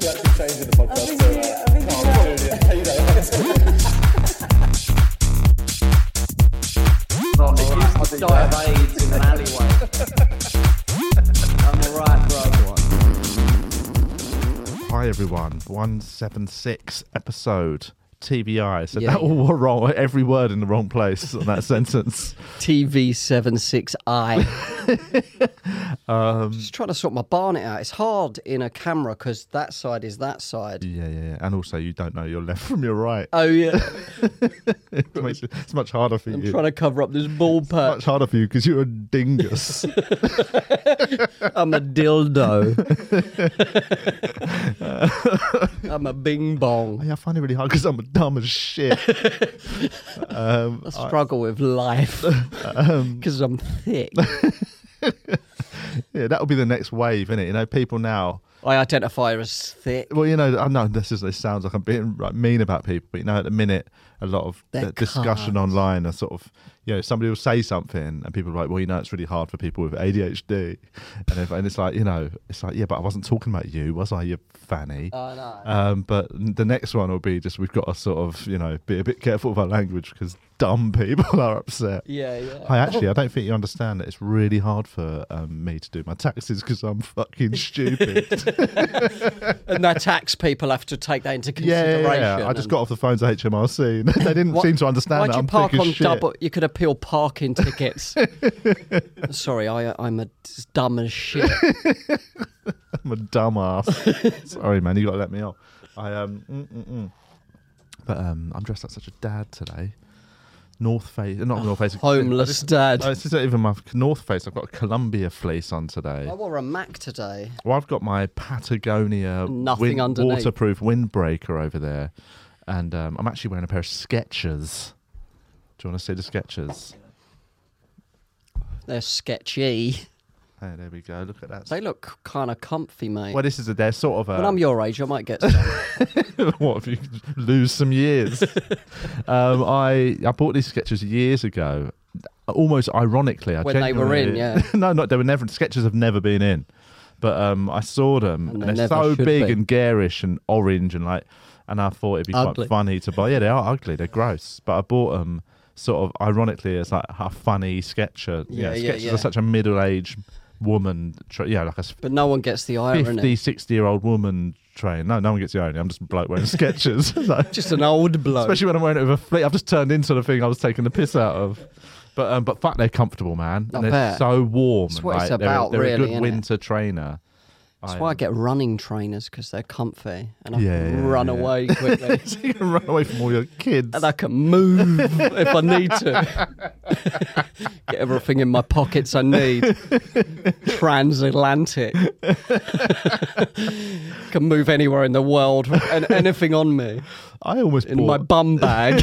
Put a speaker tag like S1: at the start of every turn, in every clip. S1: be actually changing the podcast.
S2: think
S1: so,
S2: you-
S1: uh,
S2: I think
S1: no,
S2: you
S1: I'm
S2: will.
S1: doing it. How you doing?
S3: From it used to die of AIDS in an alleyway. I'm alright, bro.
S4: Hi everyone, 176 episode TBI. So
S5: Yeah,
S4: that all were wrong, every word in the wrong place on that sentence.
S5: TV76i. Just trying to sort my barnet out. It's hard in a camera because that side is that side.
S4: Yeah, yeah, yeah. And also, you don't know your left from your right.
S5: Oh, yeah.
S4: It makes it- it's much harder for
S5: I'm
S4: you.
S5: trying to uh, cover up this ball patch.
S4: much harder for you because you're a dingus. Oh,
S5: I'm a dildo. I'm a bing bong.
S4: yeah, I find it really hard because I'm dumb as shit. um,
S5: I struggle with life because I'm thick.
S4: yeah, that'll be the next wave, innit? You know, people now.
S5: I identify as thick.
S4: Well, you know, I know this is. It sounds like I'm being like, mean about people, but you know, at the minute, a lot of
S5: They're
S4: the discussion
S5: cunts.
S4: online are sort of, you know, somebody will say something, and people are like, "Well, you know, it's really hard for people with ADHD," and if, and it's like, you know, it's like, yeah, but I wasn't talking about you, was I, you fanny?
S5: I know.
S4: Um, but the next one will be just we've got to sort of, you know, be a bit careful with our language because dumb people are upset.
S5: Yeah, yeah.
S4: I actually, I don't think you understand that it's really hard for um, me to do my taxes because I'm fucking stupid.
S5: And their tax people have to take that into
S4: Yeah,
S5: consideration.
S4: yeah, yeah, I just
S5: and-
S4: got off the phone to HMRC. and they didn't seem to understand
S5: Why'd
S4: that.
S5: you
S4: I'm
S5: park
S4: thick as
S5: on
S4: shit.
S5: double? You could appeal parking tickets. Sorry, I, I'm a s- dumb as shit.
S4: I'm a dumbass. Sorry, man. You got to let me off. I um. Mm, mm, mm. But um, I'm dressed like such a dad today. North Face, not North Face.
S5: Homeless
S4: I just-
S5: dad.
S4: No, this isn't even my North Face. I've got a Columbia fleece on today.
S5: I wore a Mac today.
S4: Well, I've got my Patagonia
S5: Nothing underneath.
S4: waterproof windbreaker over there, and um, I'm actually wearing a pair of Skechers. Do you want to see the Skechers?
S5: They're sketchy.
S4: Hey, there we go. Look at that.
S5: They look kind of comfy, mate.
S4: Well, this is a they're sort of a
S5: when I'm your age, I might get some.
S4: what if you lose some years? um, I I bought these sketches years ago. Almost ironically, I
S5: When they were in, yeah.
S4: genuinely- no, not they were never sketches have never been in, but um, I saw them
S5: And
S4: and,
S5: they
S4: they're
S5: never
S4: so
S5: should
S4: big
S5: be.
S4: and garish and orange and like, and I thought it'd be
S5: Ugly.
S4: quite funny to buy. Yeah, they are ugly. They're gross, but I bought them sort of ironically as like a funny sketcher.
S5: Yeah, yeah,
S4: sketches
S5: yeah.
S4: are such a middle-aged woman. Tra- yeah, like a
S5: but no one gets the irony.
S4: 50, 60 year old woman train. No, no one gets the irony. I'm just a bloke wearing sketches.
S5: Just an old bloke.
S4: especially when I'm wearing it with a fleet. I've just turned into the thing I was taking the piss out of. But um, but fuck, they're comfortable, man.
S5: I
S4: and they're
S5: bet.
S4: so warm.
S5: It's
S4: and,
S5: what it's
S4: like, they're a-
S5: about,
S4: they're,
S5: really,
S4: a
S5: innit?
S4: good winter trainer.
S5: That's why I get running trainers because they're comfy and I
S4: Yeah,
S5: can
S4: yeah,
S5: run
S4: yeah.
S5: away quickly.
S4: so you can run away from all your kids.
S5: and I can move if I need to. Get everything in my pockets I need. Transatlantic. can move anywhere in the world and anything on me
S4: I almost
S5: in
S4: bought.
S5: my bum bag.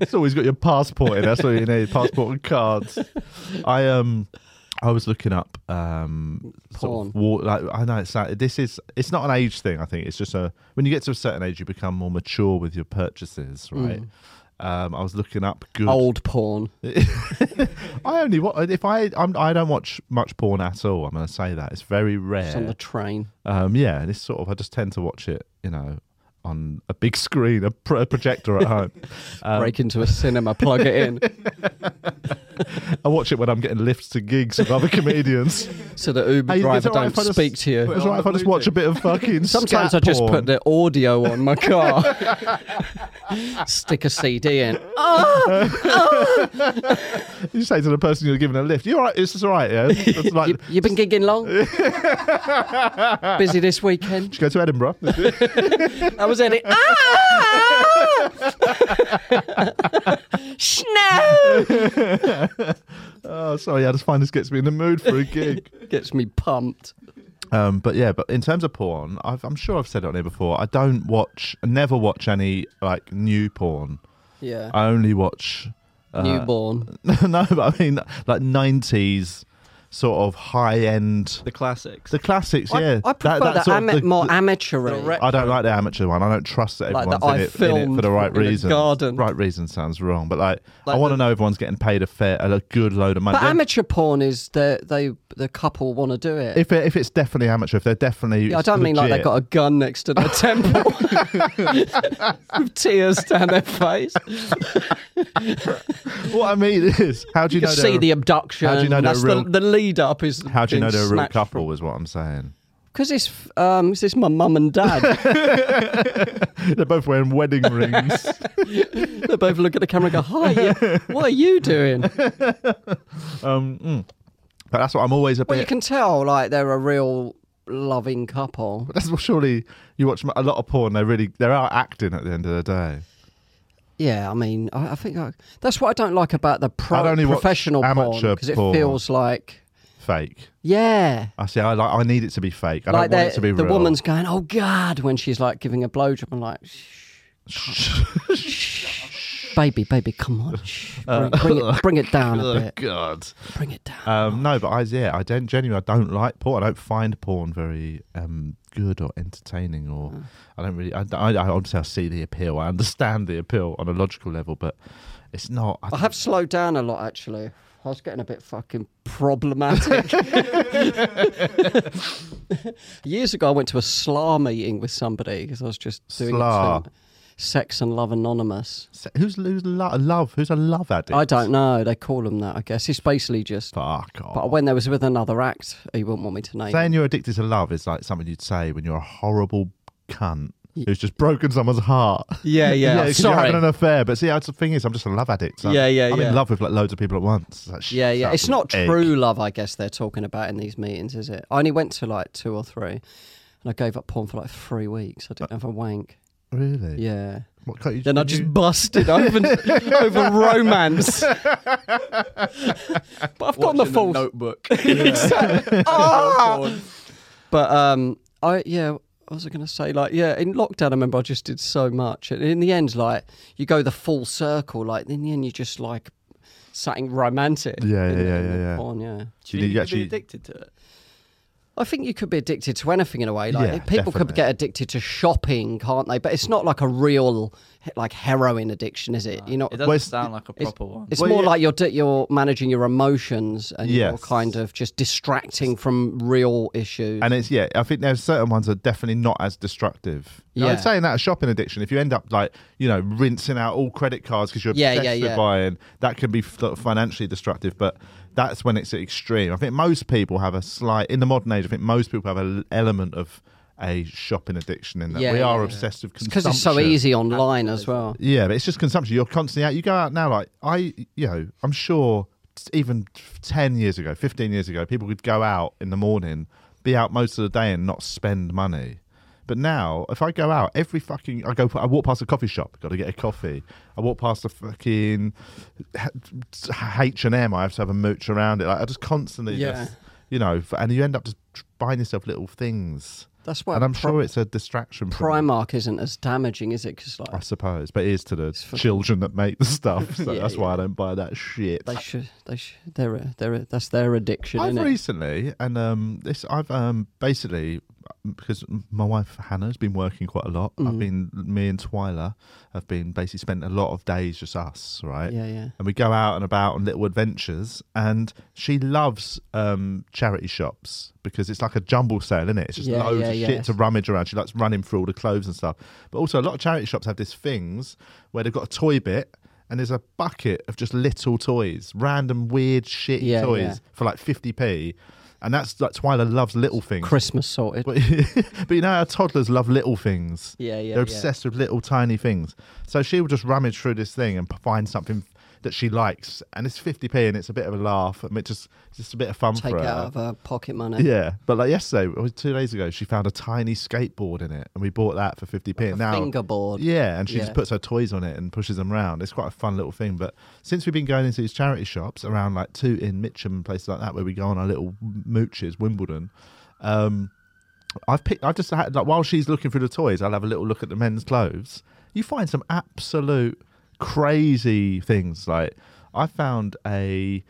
S4: it's always got your passport in. That's all you need. Passport and cards. I um. I was looking up um, sort
S5: Porn.
S4: of war, like I know it's like this is it's not an age thing. I think it's just a when you get to a certain age, you become more mature with your purchases,
S5: Mm.
S4: right? Um, I was looking up good
S5: Old porn.
S4: I only wa if I I'm, I don't watch much porn at all. I'm going to say that it's very rare.
S5: It's on the train.
S4: um, yeah, and it's sort of I just tend to watch it, you know, on a big screen, a, pro- a projector at home. Um,
S5: Break into a cinema, plug it in
S4: I watch it when I'm getting lifts to gigs with other comedians.
S5: so the Uber
S4: Hey, is it
S5: driver
S4: alright
S5: don't
S4: if I just-
S5: speak to you.
S4: It's right if I just watch a bit of fucking.
S5: Sometimes I
S4: scat
S5: just
S4: porn.
S5: put the audio on my car, stick a CD in. Ah!
S4: You say to the person you're giving a lift, "You're right. It's all right. Yeah, it's like."
S5: You, you been gigging long? Busy this weekend.
S4: "Should Go to Edinburgh.
S5: I was at it. Ah! Snow
S4: oh, sorry. I just find this gets me in the mood for a gig.
S5: gets me pumped.
S4: Um, but yeah, but in terms of porn, I've, I'm sure I've said it on here before. I don't watch, never watch any like new porn.
S5: Yeah,
S4: I only watch
S5: newborn.
S4: no, but I mean like 90s sort of high end,
S2: The classics.
S4: the classics.
S5: I,
S4: yeah,
S5: I prefer
S4: That- that
S5: the,
S4: sort of
S5: ama-
S4: the-
S5: more
S4: the-
S5: amateurish.
S2: the rec-
S4: I don't like the amateur one. I don't trust that
S5: Like
S4: everyone's
S5: that I
S4: in, it, in it for
S5: filmed
S4: the right
S5: in a
S4: reason.
S5: garden.
S4: Right reason sounds wrong, but like,
S2: Like
S4: I want to
S2: the-
S4: know everyone's getting paid a fair, a good load of money.
S5: but
S4: Then
S5: amateur porn is the they the couple want to do it.
S4: if it, if it's definitely amateur, if they're definitely,
S5: yeah, I don't mean like they've
S4: legit,
S5: got a gun next to their temple with tears down their face.
S4: What I mean is, how do you,
S5: You
S4: know
S5: can see
S4: they're-
S5: the abduction.
S4: how do you know they're
S5: That's
S4: real-
S5: the, the lead up is.
S4: How do you know they're a real couple? Is what I'm saying.
S5: Because it's um, is this my mum and dad?
S4: they're both wearing wedding rings.
S5: they both look at the camera and go, "Hi, yeah, what are you doing?"
S4: um, mm. But that's what I'm always a bit.
S5: Well, you can tell like they're a real loving couple.
S4: That's what surely you watch a lot of porn. They really they are acting at the end of the day.
S5: Yeah, I mean, I, I think I, that's what I don't like about the pro,
S4: I'd only watch
S5: professional porn
S4: amateur
S5: because it
S4: porn.
S5: feels like
S4: Fake.
S5: yeah,
S4: I see. I like. I need it to be fake. I
S5: like
S4: don't want it
S5: the,
S4: to be
S5: the
S4: real.
S5: woman's going, "Oh God," when she's like giving a blowjob. I'm like, shh, "Baby, baby, come on, shh, bring, bring it, bring it down a
S4: Oh
S5: bit,
S4: God.
S5: bring it down."
S4: Um, no, but I yeah, I don't genuinely. I don't like porn. I don't find porn very um, good or entertaining, or
S5: Hmm.
S4: I don't really. I, I, I obviously I see the appeal. I understand the appeal on a logical level, but it's not.
S5: I have slowed down a lot actually. I was getting a bit fucking problematic. Years ago, I went to a SLA meeting with somebody because I was just doing
S4: Sla.
S5: it to Sex and Love Anonymous.
S4: So Who's who's lo- love? Who's a love addict?
S5: I don't know. They call them that, I guess. It's basically just.
S4: Fuck off.
S5: But when there was with another act, he wouldn't want me to name.
S4: Saying you're addicted to love is like something you'd say when you're a horrible cunt who's just broken someone's heart.
S2: Yeah, yeah.
S4: 'cause you're having an affair. But see, that's the thing is, I'm just a love addict. so
S2: Yeah, yeah,
S4: I'm
S2: yeah.
S4: in love with like loads of people at once. It's like, shit,
S5: Yeah, yeah.
S4: that's
S5: It's not
S4: an egg.
S5: true love, I guess they're talking about in these meetings, is it? I only went to like two or three, and I gave up porn for like three weeks. I didn't have a wank.
S4: Really?
S5: Yeah.
S4: What, can't you,
S2: Then I
S4: can
S2: just
S4: you-
S2: busted open over romance.
S5: But I've gotten the full.
S2: notebook.
S5: But um, I yeah, what was I going to say? Like yeah, in lockdown, I remember I just did so much, and in the end, like you go the full circle. Like in the end, you just like something romantic.
S4: Yeah,
S5: in
S4: yeah,
S5: the-
S4: yeah,
S5: in the
S4: yeah, yeah.
S5: porn, yeah.
S4: you need to actually-
S2: addicted to it.
S5: I think you could be addicted to anything in a way. Like
S4: Yeah,
S5: people
S4: definitely.
S5: could get addicted to shopping, can't they? But it's not like a real he- like heroin addiction, is it? You're not.
S2: It doesn't
S4: Well, it's-
S2: sound like a proper one.
S5: It's
S4: Well,
S5: more
S4: yeah.
S5: like you're di- you're managing your emotions and you're
S4: Yes.
S5: kind of just distracting from real issues.
S4: And it's yeah, I think there's certain ones that are definitely not as destructive. You know,
S5: Yeah.
S4: saying that a shopping addiction, if you end up like you know rinsing out all credit cards because you're
S5: Yeah,
S4: obsessed
S5: yeah,
S4: with
S5: yeah.
S4: buying, that can be f- financially destructive. But that's when it's extreme. I think most people have a slight in the modern age. I think most people have an element of a shopping addiction in that
S5: Yeah,
S4: we
S5: yeah,
S4: are
S5: yeah.
S4: obsessed with
S5: because
S4: consumption.
S5: it's so easy online as well.
S4: Yeah, but it's just consumption. You're constantly out. You go out now, like I, you know, I'm sure t- even ten years ago, fifteen years ago, people could go out in the morning, be out most of the day, and not spend money. But now, if I go out, every fucking I go, I walk past a coffee shop, got to get a coffee. I walk past the fucking H and M. I have to have a mooch around it. Like I just constantly,
S5: Yeah.
S4: just, you know, f- and you end up just buying yourself little things.
S5: That's why
S4: and I'm
S5: pro-
S4: sure it's a distraction. from-
S5: Primark isn't as damaging, is it? Because like
S4: I suppose, but it is to the children that make the stuff. So
S5: Yeah,
S4: that's
S5: yeah.
S4: why I don't buy that shit.
S5: they should, they should, they're, a- they're, a- that's their addiction,
S4: I've
S5: isn't it?
S4: recently, and um, this I've um, basically um, because my wife Hannah's been working quite a lot.
S5: Mm.
S4: I've been me and Twyla have been basically spent a lot of days just us, right?
S5: Yeah, yeah.
S4: And we go out and about on little adventures, and she loves um, charity shops because it's like a jumble sale, isn't it? It's just
S5: Yeah,
S4: loads
S5: yeah,
S4: of
S5: yeah.
S4: shit to rummage around. She likes running through all the clothes and stuff. But also, a lot of charity shops have these things where they've got a toy bit. And there's a bucket of just little toys, random weird shitty
S5: Yeah,
S4: toys
S5: yeah.
S4: for like 50p. And that's that's Twyla loves little things.
S5: Christmas sorted.
S4: But, but you know how toddlers love little things.
S5: Yeah, yeah,
S4: They're
S5: yeah.
S4: obsessed with little tiny things. So she will just rummage through this thing and p- find something that she likes. And it's 50p and it's a bit of a laugh. And it just, it's just a bit of fun
S5: Take
S4: for
S5: it
S4: her.
S5: out of her pocket money.
S4: Yeah, but like yesterday, or two days ago, she found a tiny skateboard in it, and we bought that for fifty p.
S5: a
S4: now
S5: fingerboard.
S4: yeah, and she just
S5: Yeah.
S4: puts her toys on it and pushes them around. It's quite a fun little thing. But since we've been going into these charity shops around like Toot in Mitcham and places like that, where we go on our little mooches, Wimbledon. Um, I've picked. I've just had like while she's looking through the toys, I'll have a little look at the men's clothes. You find some absolute crazy things. Like I found a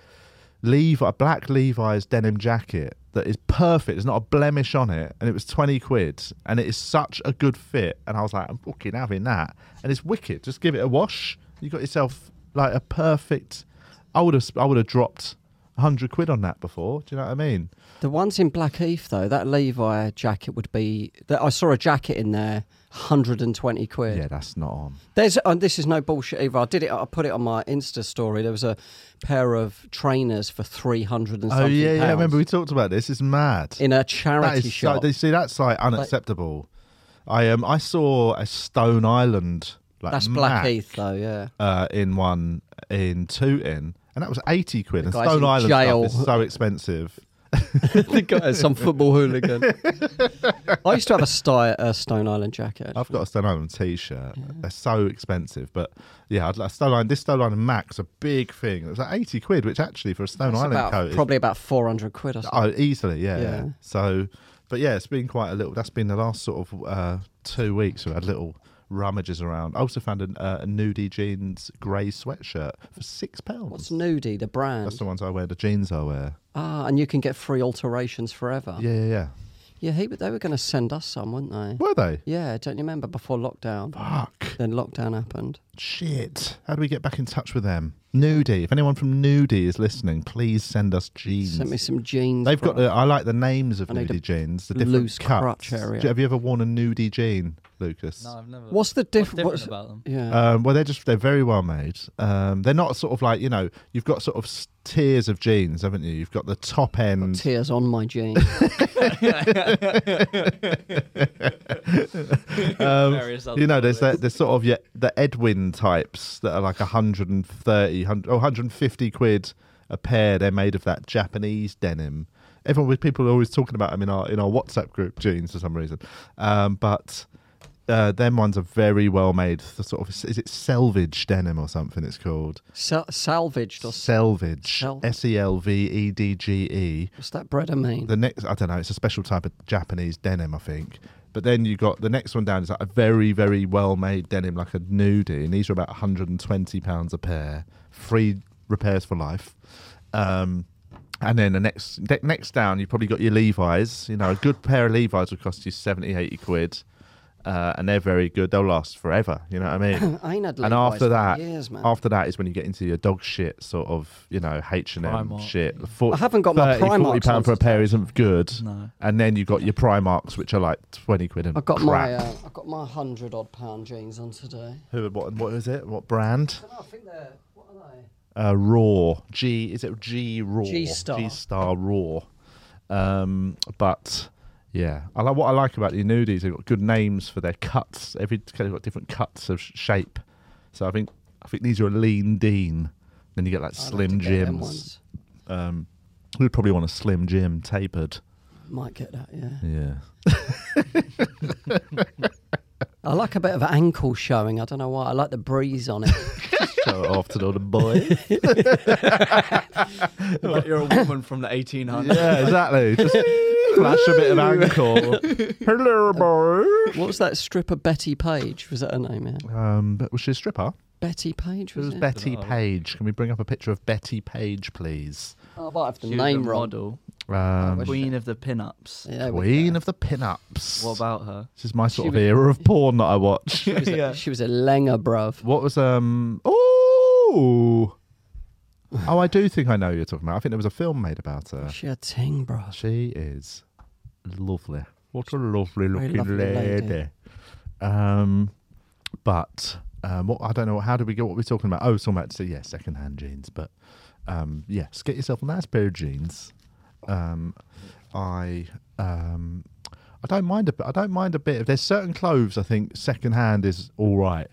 S4: Levi, black Levi's denim jacket that is perfect. There's not a blemish on it, and it was twenty quid, and it is such a good fit. And I was like, I'm fucking having that, and it's wicked. Just give it a wash. You got yourself like a perfect. I would have, I would have dropped hundred quid on that before. Do you know what I mean?
S5: The ones in Blackheath though, that Levi jacket would be. That I saw a jacket in there, hundred and twenty quid.
S4: Yeah, that's not on.
S5: There's and this is no bullshit either. I did it. I put it on my Insta story. There was a pair of trainers for three hundred and
S4: Oh
S5: something.
S4: yeah, yeah. I
S5: pounds
S4: remember we talked about this. It's mad.
S5: in a
S4: That
S5: charity
S4: is
S5: shop.
S4: So, they see that's like unacceptable. I um I saw a Stone Island like
S5: That's
S4: Mac,
S5: Blackheath though. Yeah,
S4: uh, in one in Tooting, and that was eighty quid. And
S5: guy's
S4: Stone
S5: in
S4: Island
S5: jail.
S4: stuff is so expensive.
S5: the guy some football hooligan. I used to have a, sty, a Stone Island jacket.
S4: I've got a Stone Island T-shirt. They're so expensive, but yeah, I'd like Stone Island. This Stone Island Mac's a big thing. It was like eighty quid, which actually for a Stone
S5: It's
S4: Island
S5: about-
S4: coat, is-
S5: probably about four hundred quid or something.
S4: oh, easily, yeah.
S5: Yeah.
S4: So, but yeah, it's been quite a little. That's been the last sort of uh, two weeks. We had little rummages around. I also found an, uh, a nudie jeans grey sweatshirt for six pounds.
S5: What's Nudie, the brand?
S4: That's the ones I wear. The jeans I wear.
S5: Ah, and you can get free alterations forever.
S4: Yeah, yeah, yeah.
S5: yeah he, they were going to send us some, weren't they?
S4: Were they?
S5: Yeah, don't you remember before lockdown?
S4: Fuck.
S5: Then lockdown happened.
S4: Shit. How do we get back in touch with them? Nudie. If anyone from Nudie is listening, please send us jeans.
S5: Sent me some jeans.
S4: They've got
S5: bro.
S4: the. I like the names of
S5: I need
S4: nudie
S5: a
S4: jeans. The different
S5: loose
S4: cuts.
S5: crotch area.
S4: Do- Have you ever worn a nudie jean, Lucas?
S2: No, I've never.
S5: What's the
S2: what's
S5: diff-
S2: different
S5: what's-
S2: about them?
S5: Yeah.
S4: Um, well, they're just they're very well made. Um, they're not sort of like you know you've got sort of s- tiers of jeans, haven't you? You've got the top end.
S5: Tears on my jeans.
S2: Various other
S4: You know, there's
S2: colours.
S4: that, there's sort of yeah, the Edwin types that are like 130, 100, oh, 150 quid a pair. They're made of that Japanese denim. Everyone, with people are always talking about them in our in our WhatsApp group jeans for some reason. Um, but uh, them ones are very well made. The sort of is it selvage denim or something? It's called
S5: Sal- salvaged or
S4: selvage.
S5: Sel-
S4: S e l v e d g e.
S5: what's that bread I mean?
S4: The next, I don't know, it's a special type of Japanese denim, I think. But then you got the next one down is like a very, very well made denim, like a nudie, and these are about 120 pounds a pair, free repairs for life. Um, and then the next ne- next down, you've probably got your Levi's. You know, a good pair of Levi's will cost you 70, 80 quid, uh, and they're very good. They'll last forever. You know what I mean?
S5: I ain't had
S4: and
S5: Levi's
S4: after
S5: for
S4: that,
S5: years, man.
S4: after that is when you get into your dog shit sort of, you know, H and M
S2: Primark,
S4: shit.
S2: yeah.
S4: For-
S5: I haven't got my
S4: 30, 40
S5: Primark
S4: pound for a
S5: ones.
S4: pair isn't good.
S2: No.
S4: And then you got your Primarks, which are like twenty quid and
S5: I got
S4: crap.
S5: my uh, I got my hundred odd pound jeans on today.
S4: Who? What? What is it? What brand?
S5: I think they're what are they?
S4: Uh, Raw. G. Is it G Raw?
S5: G-Star.
S4: G Star Raw. Um, but yeah, I like what I like about the nudies. They've got good names for their cuts. Every they've got different cuts of sh- shape. So I think I think these are a lean dean. Then you get like slim jims. Um, we'd probably want a slim jim tapered.
S5: Might get that, yeah.
S4: Yeah.
S5: I like a bit of ankle showing. I don't know why. I like the breeze on it.
S4: Show it off to the other boy.
S2: Like you're a woman from the 1800s.
S4: Yeah, exactly. Just flash a bit of ankle. Hello, boy.
S5: what was that stripper Betty Page? Was that her name? Yeah.
S4: Um, but was she a stripper?
S5: Betty Page
S4: It
S5: was
S4: was
S5: it?
S4: Betty Page. Can we bring up a picture of Betty Page, please?
S5: oh, I might have the
S2: She was
S5: name
S2: a
S5: wrong.
S2: model,
S4: Um,
S2: queen of the pin-ups.
S5: Yeah, we-
S4: Queen of the Pinups.
S2: What about her?
S4: this is my sort
S5: She
S4: of
S5: was-
S4: era of porn that I watch.
S5: she was, a,
S2: Yeah.
S5: she was a lenger, bruv.
S4: what was um? Oh, oh, I do think I know who you're talking about. I think there was a film made about her.
S5: She a ting, bruv.
S4: She is lovely. What a lovely looking
S5: lovely
S4: lady.
S5: lady.
S4: Um, but um, what I don't know. How did we get what we're talking about? Oh, it's talking about so yeah, second hand jeans. But um, yes, get yourself a nice pair of jeans. Um, I um, I don't mind a bit. I don't mind a bit. If there's certain clothes, I think second hand is all right.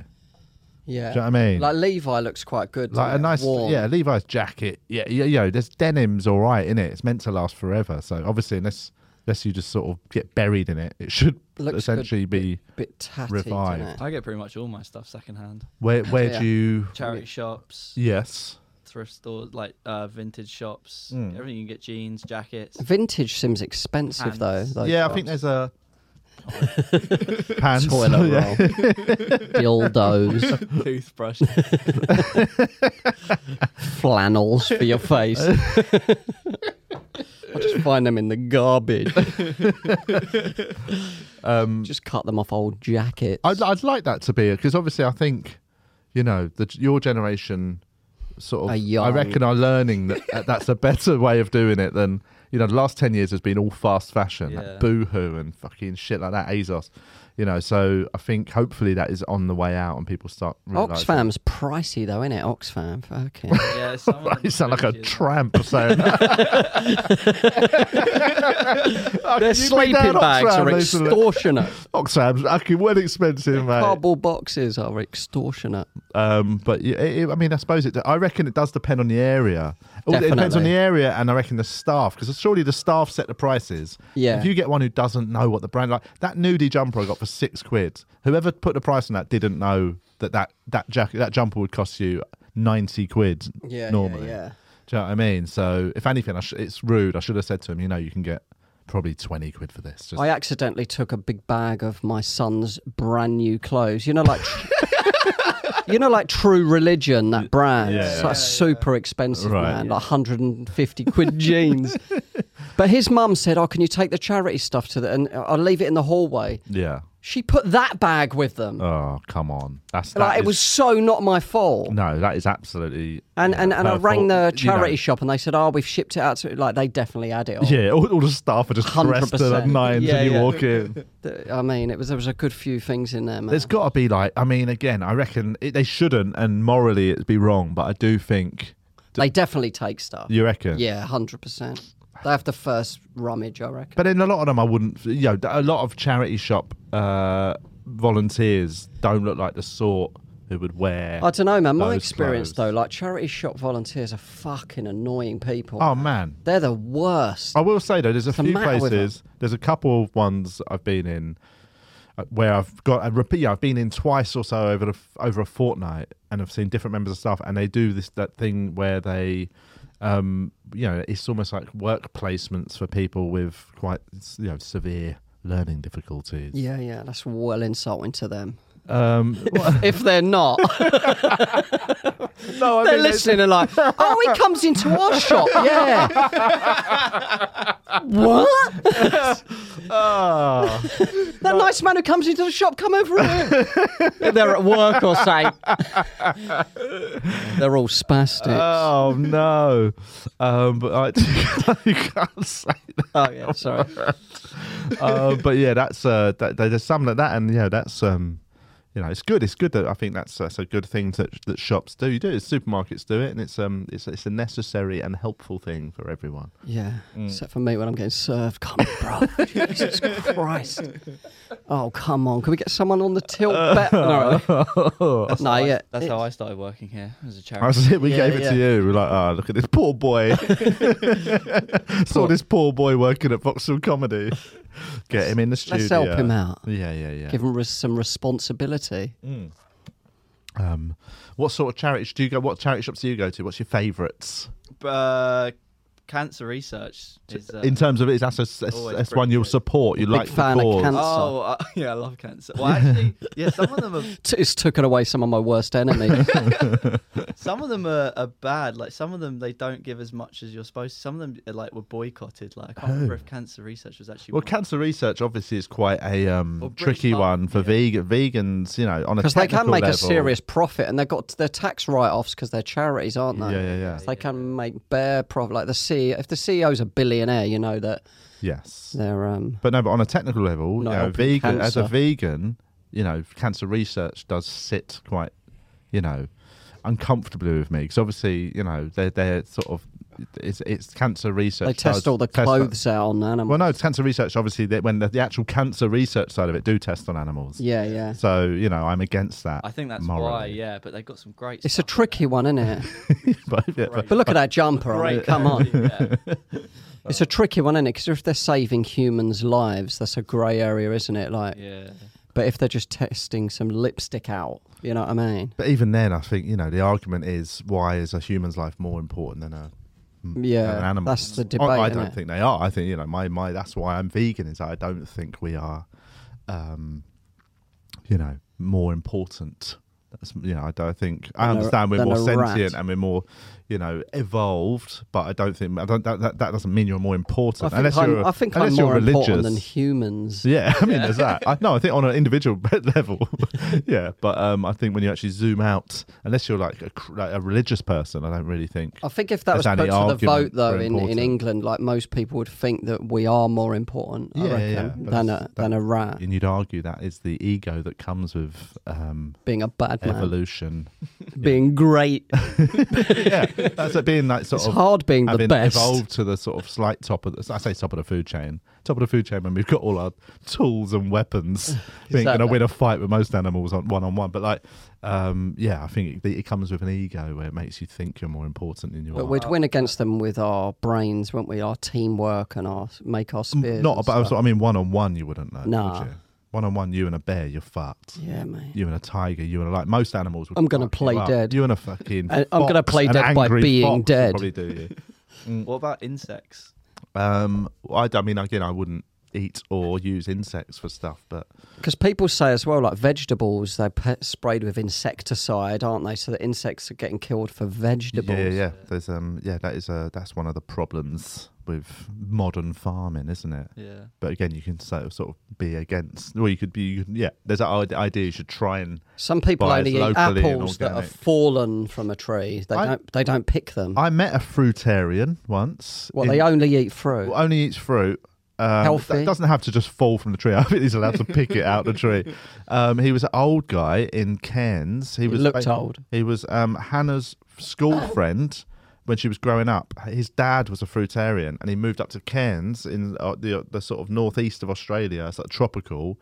S5: Yeah.
S4: Do you know what I mean?
S5: Like Levi looks quite good.
S4: like a
S5: doesn't it?
S4: nice
S5: warm.
S4: yeah Levi's jacket. Yeah, yeah, you know, there's denim's all right in it. It's meant to last forever. So obviously, unless unless you just sort of get buried in it, it should
S5: Looks good.
S4: essentially be.
S5: bit tatty.
S4: Revived.
S2: I get pretty much all my stuff secondhand.
S4: Where where
S5: Yeah.
S4: do you?
S2: Charity shops,
S4: Yes,
S2: thrift stores, like uh, vintage shops. Everything you can get jeans, jackets.
S5: Vintage seems expensive though.
S2: Pants.
S5: those
S4: yeah. I
S5: ones.
S4: think there's a Pants.
S6: toilet
S4: Yeah.
S6: roll, dildos,
S5: Toothbrush.
S6: flannels for your face.
S5: I just find them in the garbage. just cut them off old jackets.
S4: Um, I'd, I'd like that to be because obviously I think you know the, your generation sort
S6: Are
S4: of I
S6: young.
S4: reckon are learning that that- that's a better way of doing it than you know the last ten years has been all fast fashion,
S2: Yeah.
S4: like boohoo and fucking shit like that, Azos. You know, so I think hopefully that is on the way out and people start. realising-
S5: Oxfam's pricey though, isn't it? Oxfam, fucking.
S2: Yeah, some of them
S4: You sound like a
S2: bitches.
S4: tramp saying that. Fucking,
S5: Their
S4: you've been
S5: sleeping
S4: down
S5: bags
S4: Oxfam
S5: are
S4: recently.
S5: extortionate.
S4: Oxfam's fucking well expensive, mate.
S5: Cardboard boxes are extortionate.
S4: Um, but y- it, it, I mean, I suppose it. I reckon it does depend on the area. Oh, It depends on
S5: Definitely.
S4: the area, and I reckon the staff, because surely the staff set the prices.
S5: Yeah.
S4: If you get one who doesn't know what the brand like, that nudie jumper I got for six quid. Whoever put the price on that didn't know that that that jacket, that jumper would cost you ninety quid normally. Do you know what I mean? So if anything, I sh- it's rude. I should have said to him, you know, you can get probably twenty quid for this. Just
S5: I accidentally took a big bag of my son's brand new clothes. You know, like. You know, like True Religion, that brand.
S4: Yeah,
S5: it's
S4: yeah.
S5: like super expensive,
S4: Right.
S5: man. Like 150 quid jeans. But his mum said, Oh, can you take the charity stuff to the. And I'll leave it in the hallway.
S4: yeah.
S5: She put that bag with them.
S4: Oh come on, that's that
S5: like, it
S4: is-
S5: was so not my fault.
S4: No, that is absolutely.
S5: And,
S4: yeah,
S5: and, and I
S4: her
S5: rang the
S4: fault. You know.
S5: charity shop and they said, oh, we've shipped it out to, like, they definitely had it on.
S4: Yeah, all, all the staff are just dressed to the
S5: 100%.
S4: nines
S5: Oh. Yeah,
S4: when you
S5: yeah.
S4: walk in.
S5: The- I mean, it was there was a good few things in there, man.
S4: There's got to be like, I mean, again, I reckon it, they shouldn't, and morally it'd be wrong, but I do think.
S5: they definitely take stuff.
S4: You reckon?
S5: Yeah, 100%. They have the first rummage, I reckon.
S4: But then a lot of them, I wouldn't. You know, a lot of charity shop uh, volunteers don't look like the sort who would wear.
S5: I don't know, man. My
S4: those
S5: experience, though,
S4: clothes.
S5: like, charity shop volunteers are fucking annoying people.
S4: Oh man,
S5: They're the worst.
S4: I will say though, there's a
S5: the
S4: few
S5: matter with
S4: places. There's a couple of ones I've been in uh, where I've got a repeat. I've been in twice or so over a, f- over a fortnight, and I've seen different members of staff, and they do this that thing where they, um, you know, it's almost like work placements for people with quite you know severe learning difficulties.
S5: Yeah, yeah, that's well insulting to them.
S4: Um, well,
S5: If they're not,
S4: no, I
S5: they're
S4: mean, there's-
S5: listening and like, oh, he comes into our shop, yeah. what?
S4: Ah.
S5: That nice man who comes into the shop, come over here. They're at work or say. They're all spastic.
S4: Oh no! Um, but I, you can't say that.
S5: oh yeah, sorry.
S4: uh, but yeah, that's uh, that, there's some like that, and yeah, that's um, you know, it's good. It's good that I think that's that's a good thing that that shops do. You do it, supermarkets do it, and it's um, it's it's a necessary and helpful thing for everyone.
S5: Yeah,
S4: Mm.
S5: except for me when I'm getting served. Come on, bro. Jesus Christ. Oh come on, can we get someone on the tilt?
S4: Uh,
S5: bet? No,
S4: That's
S5: no, yeah.
S2: That's
S5: it-
S2: how I started working here as a charity.
S4: it. We
S5: Yeah,
S4: gave it
S5: yeah.
S4: to you. We're like, oh, look at this poor boy. Saw this poor boy working at Vauxhall Comedy. Get him in the studio.
S5: Let's help him out.
S4: Yeah, Mm. yeah, yeah.
S5: Give him res- some responsibility.
S4: Um, what sort of charities do you go? What charity shops do you go to? What's your favourites?
S2: Uh, cancer research is. Uh,
S4: in terms of it, that's a, that's-
S2: always
S4: that's one you'll
S2: pretty good.
S4: support. You
S5: Big
S4: like the
S5: fan of
S4: cause.
S5: cancer.
S2: oh, uh, yeah, I love cancer. Well, actually, yeah, some of them are
S5: T- it's taken away some of my worst enemies.
S2: some of them are, are bad. Like some of them, they don't give as much as you're supposed. to. Some of them uh, like were boycotted. Like I can't remember if cancer research was actually.
S4: Well,
S2: one.
S4: cancer research obviously is quite a
S2: Well,
S4: um,
S2: British
S4: tricky
S2: Heart-
S4: one for vegan vegans. You know, on a
S5: because they can
S4: technical
S5: make a
S4: level.
S5: serious profit and they've got their tax write-offs because they're charities aren't
S4: Yeah,
S5: they
S4: yeah, yeah.
S5: they can make bare profit like the CEO if the CEO's a billionaire you know that
S4: Yes,
S5: they're um
S4: but no, but on a technical level,
S5: Not
S4: you know,
S5: helping
S4: vegan as a
S5: cancer.
S4: vegan, you know, cancer research does sit quite, you know, uncomfortably with me because obviously, you know, they're they're sort of it's it's cancer research.
S5: they test
S4: does
S5: all the
S4: test-
S5: clothes out on animals
S4: Well, no, it's cancer research. Obviously, that when the, the actual cancer research side of it do test on animals.
S5: yeah yeah
S4: So you know, I'm against that.
S2: I think that's
S4: morally.
S2: why. Yeah, but they've got some great.
S5: it's a
S2: stuff.
S5: tricky one isn't it
S4: but, yeah, but-
S5: but look at that jumper I mean,
S2: Great,
S5: come on
S2: Yeah.
S5: it's a tricky one isn't it because if they're saving humans lives that's a grey area isn't it like
S2: yeah.
S5: but if they're just testing some lipstick out you know what I mean
S4: But even then, I think you know the argument is why is a human's life more important than a
S5: yeah
S4: Mm. an animal?
S5: that's the
S4: I-
S5: debate
S4: I,
S5: isn't
S4: don't
S5: it?
S4: think they are. I think you know my my that's why I'm vegan is I don't think we are um, you know, more important. That's you know, I don't think I
S5: Than a-
S4: understand we're
S5: than
S4: more
S5: a rat.
S4: sentient and we're more, you know, evolved. But I don't think I don't that that, that doesn't mean you're more
S5: I
S4: important
S5: think
S4: unless
S5: I'm,
S4: you're
S5: I think
S4: unless
S5: I'm
S4: you're
S5: more important
S4: religious.
S5: than humans.
S4: yeah, I mean, there's that. I, no, I think on an individual level, yeah. But um, I think when you actually zoom out, unless you're like a, cr- like a religious person, I don't really think.
S5: I think if that was
S4: There's any
S5: put to the vote,
S4: argument
S5: though,
S4: for
S5: in, in
S4: important.
S5: England, like most people would think that we are more important, I
S4: Yeah,
S5: reckon,
S4: yeah, but
S5: than, a,
S4: that's-
S5: than a rat
S4: And you'd argue that is the ego that comes with um,
S5: being a bad man,
S4: evolution.
S5: being great.
S4: yeah, that's it. Being like sort
S5: It's
S4: of
S5: hard being the
S4: having
S5: best.
S4: evolved to the sort of slight top of the, I say top of the food chain, top of the food chain when we've got all our tools and weapons. being going to
S5: Exactly.
S4: win a fight with most animals on one on one, but like, um, yeah, I think it, it comes with an ego where it makes you think you're more important than you
S5: But
S4: are.
S5: we'd win against them with our brains, wouldn't we? Our teamwork and our make our spears.
S4: Not,
S5: and
S4: but that's
S5: stuff.
S4: what I mean. One on one, you wouldn't know.
S5: Nah.
S4: would you? One on one, you and a bear, you're fucked.
S5: Yeah, mate.
S4: You and a tiger, you and a like most animals. Would
S5: I'm gonna
S4: fuck you
S5: play
S4: up.
S5: dead.
S4: You and a fucking.
S5: And I'm gonna
S4: fox,
S5: play
S4: an
S5: dead by
S4: angry
S5: being
S4: fox would
S5: dead.
S4: Probably do you. Mm.
S2: What about insects?
S4: Um, well, I, d- I mean, again, I wouldn't eat or use insects for stuff, but
S5: Because people say as well, like vegetables, they're pe- sprayed with insecticide, aren't they? So the insects are getting killed for vegetables.
S4: yeah, yeah, yeah. There's um, yeah, that is uh that's one of the problems with modern farming, isn't it?
S2: Yeah.
S4: But again, you can sort of, sort of be against, or you could be, you can, yeah. There's that ide- idea you should try and.
S5: Some people
S4: Buy
S5: only eat
S4: locally and
S5: apples that have
S4: organic.
S5: fallen from a tree. They
S4: I-
S5: don't. They don't pick them.
S4: I met a fruitarian once.
S5: well,
S4: in-
S5: they only eat fruit.
S4: well, only eats fruit. Um,
S5: Healthy.
S4: that doesn't have to just fall from the tree. I think he's allowed to pick it out the tree. Um, he was an old guy in Cairns. He, was
S5: looked old.
S4: He was um, Hannah's school friend when she was growing up. His dad was a fruitarian, and he moved up to Cairns in uh, the the sort of northeast of Australia, sort of tropical,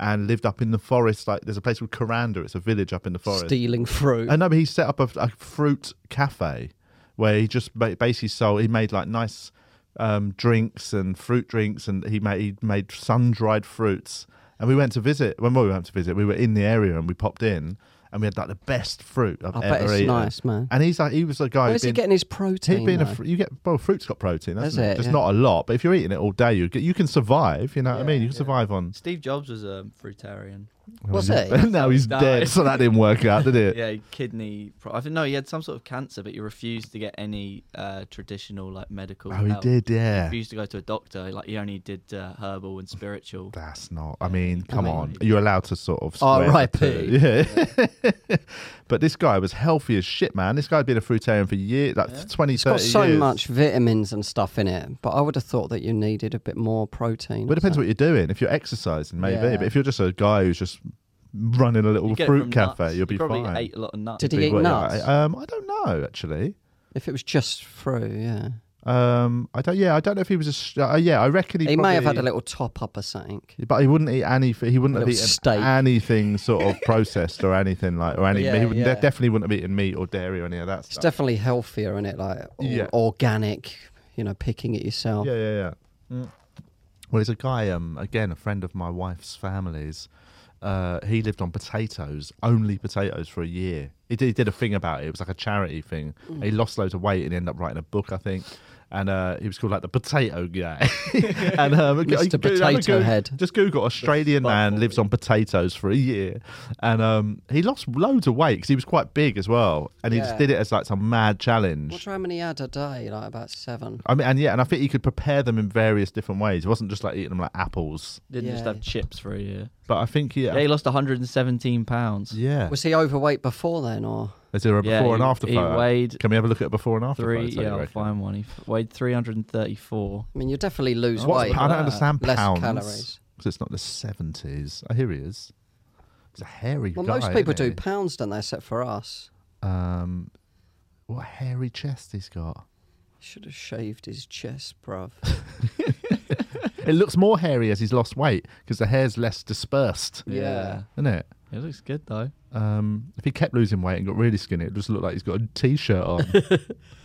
S4: and lived up in the forest. Like there's a place called Coranda. It's a village up in the forest.
S5: Stealing fruit.
S4: I know, Uh, but he set up a, a fruit cafe where he just ba- basically sold. He made like nice um, drinks and fruit drinks, and he made he made sun dried fruits. And we went to visit. When we went to visit, we were in the area and we popped in, and we had like the best fruit I've
S5: I
S4: ever
S5: bet it's
S4: eaten.
S5: nice, man.
S4: And he's like, he was a guy.
S5: Where's
S4: who'd
S5: he
S4: been-
S5: getting his protein?
S4: He'd been a
S5: though?
S4: fr- you get well, fruit's got protein,
S5: That's
S4: doesn't it?
S5: it,
S4: Just
S5: yeah.
S4: not a lot, but if you're eating it all day, you get you can survive. You know what I mean? You can survive on.
S2: Steve Jobs was a fruitarian.
S5: Was
S4: Well,
S5: it?
S4: he's- now he's
S2: No.
S4: dead, so that didn't work out, did it?
S2: Yeah, kidney. Pro- I think no, he had some sort of cancer, but he refused to get any uh, traditional like medical.
S4: Oh, he
S2: help.
S4: did, yeah.
S2: Refused to go to a doctor. Like he only did uh, herbal and spiritual.
S4: That's not. I mean, come
S2: mean-
S4: on. You're allowed to sort of. square
S5: R.I.P..
S4: the two. Yeah. but this guy was healthy as shit, man. This guy'd been a fruitarian for years, like twenty,
S5: It's
S4: thirty
S5: got
S4: 20, 30
S5: so
S4: years.
S5: much vitamins and stuff in it, but I would have thought that you needed a bit more protein.
S4: Well, it
S5: or
S4: depends
S5: something.
S4: what you're doing. If you're exercising, maybe.
S5: Yeah.
S4: But if you're just a guy who's just running a little
S2: You get it
S4: fruit
S2: from
S4: cafe,
S2: nuts.
S4: you'll
S2: He
S4: be
S2: probably
S4: fine.
S2: ate a lot of nuts.
S5: Did he eat
S4: Well, yeah,
S5: nuts?
S4: I, um, I don't know actually.
S5: If it was just fruit, yeah,
S4: Um, I don't. Yeah, I don't know if he was a. sh- Uh, yeah, I reckon he.
S5: he may have had
S4: probably-
S5: a little top up or something.
S4: But he wouldn't eat any. He wouldn't
S5: A
S4: have
S5: little
S4: eaten
S5: steak.
S4: anything sort of processed or anything like or any.
S5: Yeah,
S4: he would,
S5: yeah.
S4: definitely wouldn't have eaten meat or dairy or any of that
S5: It's
S4: stuff.
S5: definitely healthier in it, like or-
S4: Yeah.
S5: organic. You know, picking it yourself.
S4: Yeah, yeah, yeah. Mm. Well, there's a guy, um, again, a friend of my wife's family's. Uh, he lived on potatoes, only potatoes, for a year. He did, he did a thing about it. It was like a charity thing.
S5: Mm.
S4: He lost loads of weight and he ended up writing a book, I think. And uh, he was called like the potato guy. and um,
S5: Mr.
S4: you could- have a
S5: Potato
S4: Google-
S5: Head.
S4: Just Google Australian man lives on potatoes for a year, and um, he lost loads of weight because he was quite big as well. And he just
S5: Yeah.
S4: did it as like some
S5: I
S4: mad challenge.
S5: wonder how many he had a day, like about seven.
S4: I mean, and yeah, and I think he could prepare them in various different ways. It wasn't just like eating them like apples,
S2: Didn't just
S5: Yeah.
S2: have chips for a year.
S4: but I think yeah,
S2: Yeah, he lost 117 pounds.
S4: yeah.
S5: Was he overweight before then, or
S4: Is there a before
S2: Yeah, he-
S4: and after
S2: he
S4: photo?
S2: weighed
S4: Can we have a look at a before and after
S2: Three.
S4: photo? you
S2: Yeah, I'll
S4: reckon?
S2: find one. He f- weighed 334.
S5: I mean, you definitely lose
S4: What's-
S5: weight.
S4: I don't understand
S5: less
S4: pounds
S5: calories.
S4: because it's not the seventies. Oh, here he is. He's a hairy
S5: Well,
S4: guy.
S5: most people do
S4: isn't
S5: pounds, don't they? Except for us.
S4: he? Um, what a hairy chest he's got.
S5: Should have shaved his chest, bruv.
S4: It looks more hairy as he's lost weight because the hair's less dispersed,
S5: Yeah.
S4: isn't it?
S2: It looks good though.
S4: Um, if he kept losing weight and got really skinny, it just looked like he's got a t-shirt on.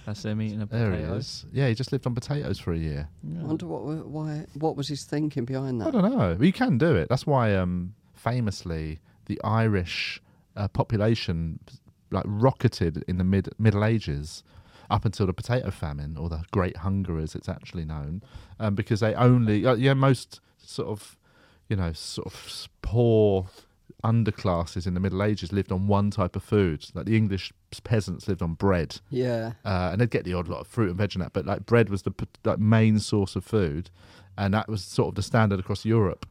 S2: That's him eating a
S4: there he
S2: potato.
S4: is. Yeah, he just lived on potatoes for a year.
S5: I wonder what wa- why what was his thinking behind
S4: I
S5: that?
S4: don't know. You can do it. That's why, um, famously, the Irish uh, population like rocketed in the mid Middle Ages, up until the potato famine or the Great Hunger, as it's actually known, um, because they only uh, yeah most sort of you know, sort of s- poor underclasses in the Middle Ages lived on one type of food. Like the English peasants lived on bread,
S5: Yeah.
S4: uh, and they'd get the odd lot of fruit and veg and that, but like bread was the p- like main source of food, and that was sort of the standard across Europe.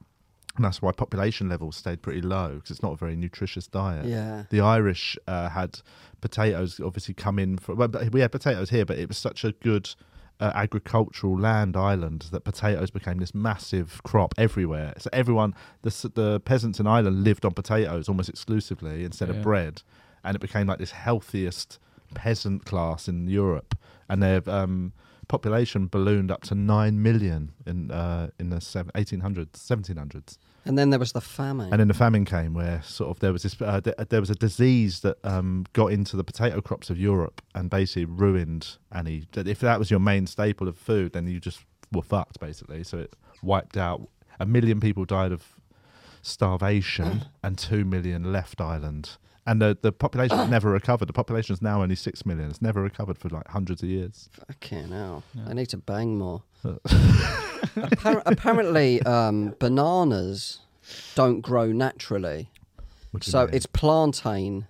S4: And that's why population levels stayed pretty low because it's not a very nutritious diet.
S5: Yeah.
S4: The Irish uh, had potatoes obviously come in from. Well, but we had potatoes here, but it was such a good uh, agricultural land island that potatoes became this massive crop everywhere. So everyone, the s- the peasants in Ireland lived on potatoes almost exclusively instead
S7: Yeah.
S4: of bread, and it became like this healthiest peasant class in Europe, and their um, population ballooned up to nine million in uh, in the sev- 1800s, 1700s.
S5: And then there was the famine.
S4: And then the famine came, where sort of there was this, uh, th- there was a disease that um, got into the potato crops of Europe and basically ruined any. that If that was your main staple of food, then you just were fucked basically. So it wiped out a million people died of starvation, and two million left Ireland. And the the population's never recovered. The population's now only six million. It's never recovered for like hundreds of years.
S5: Fucking hell. I need to bang more. Appar- apparently, um, bananas don't grow naturally.
S4: Which is
S5: So
S4: weird.
S5: it's plantain,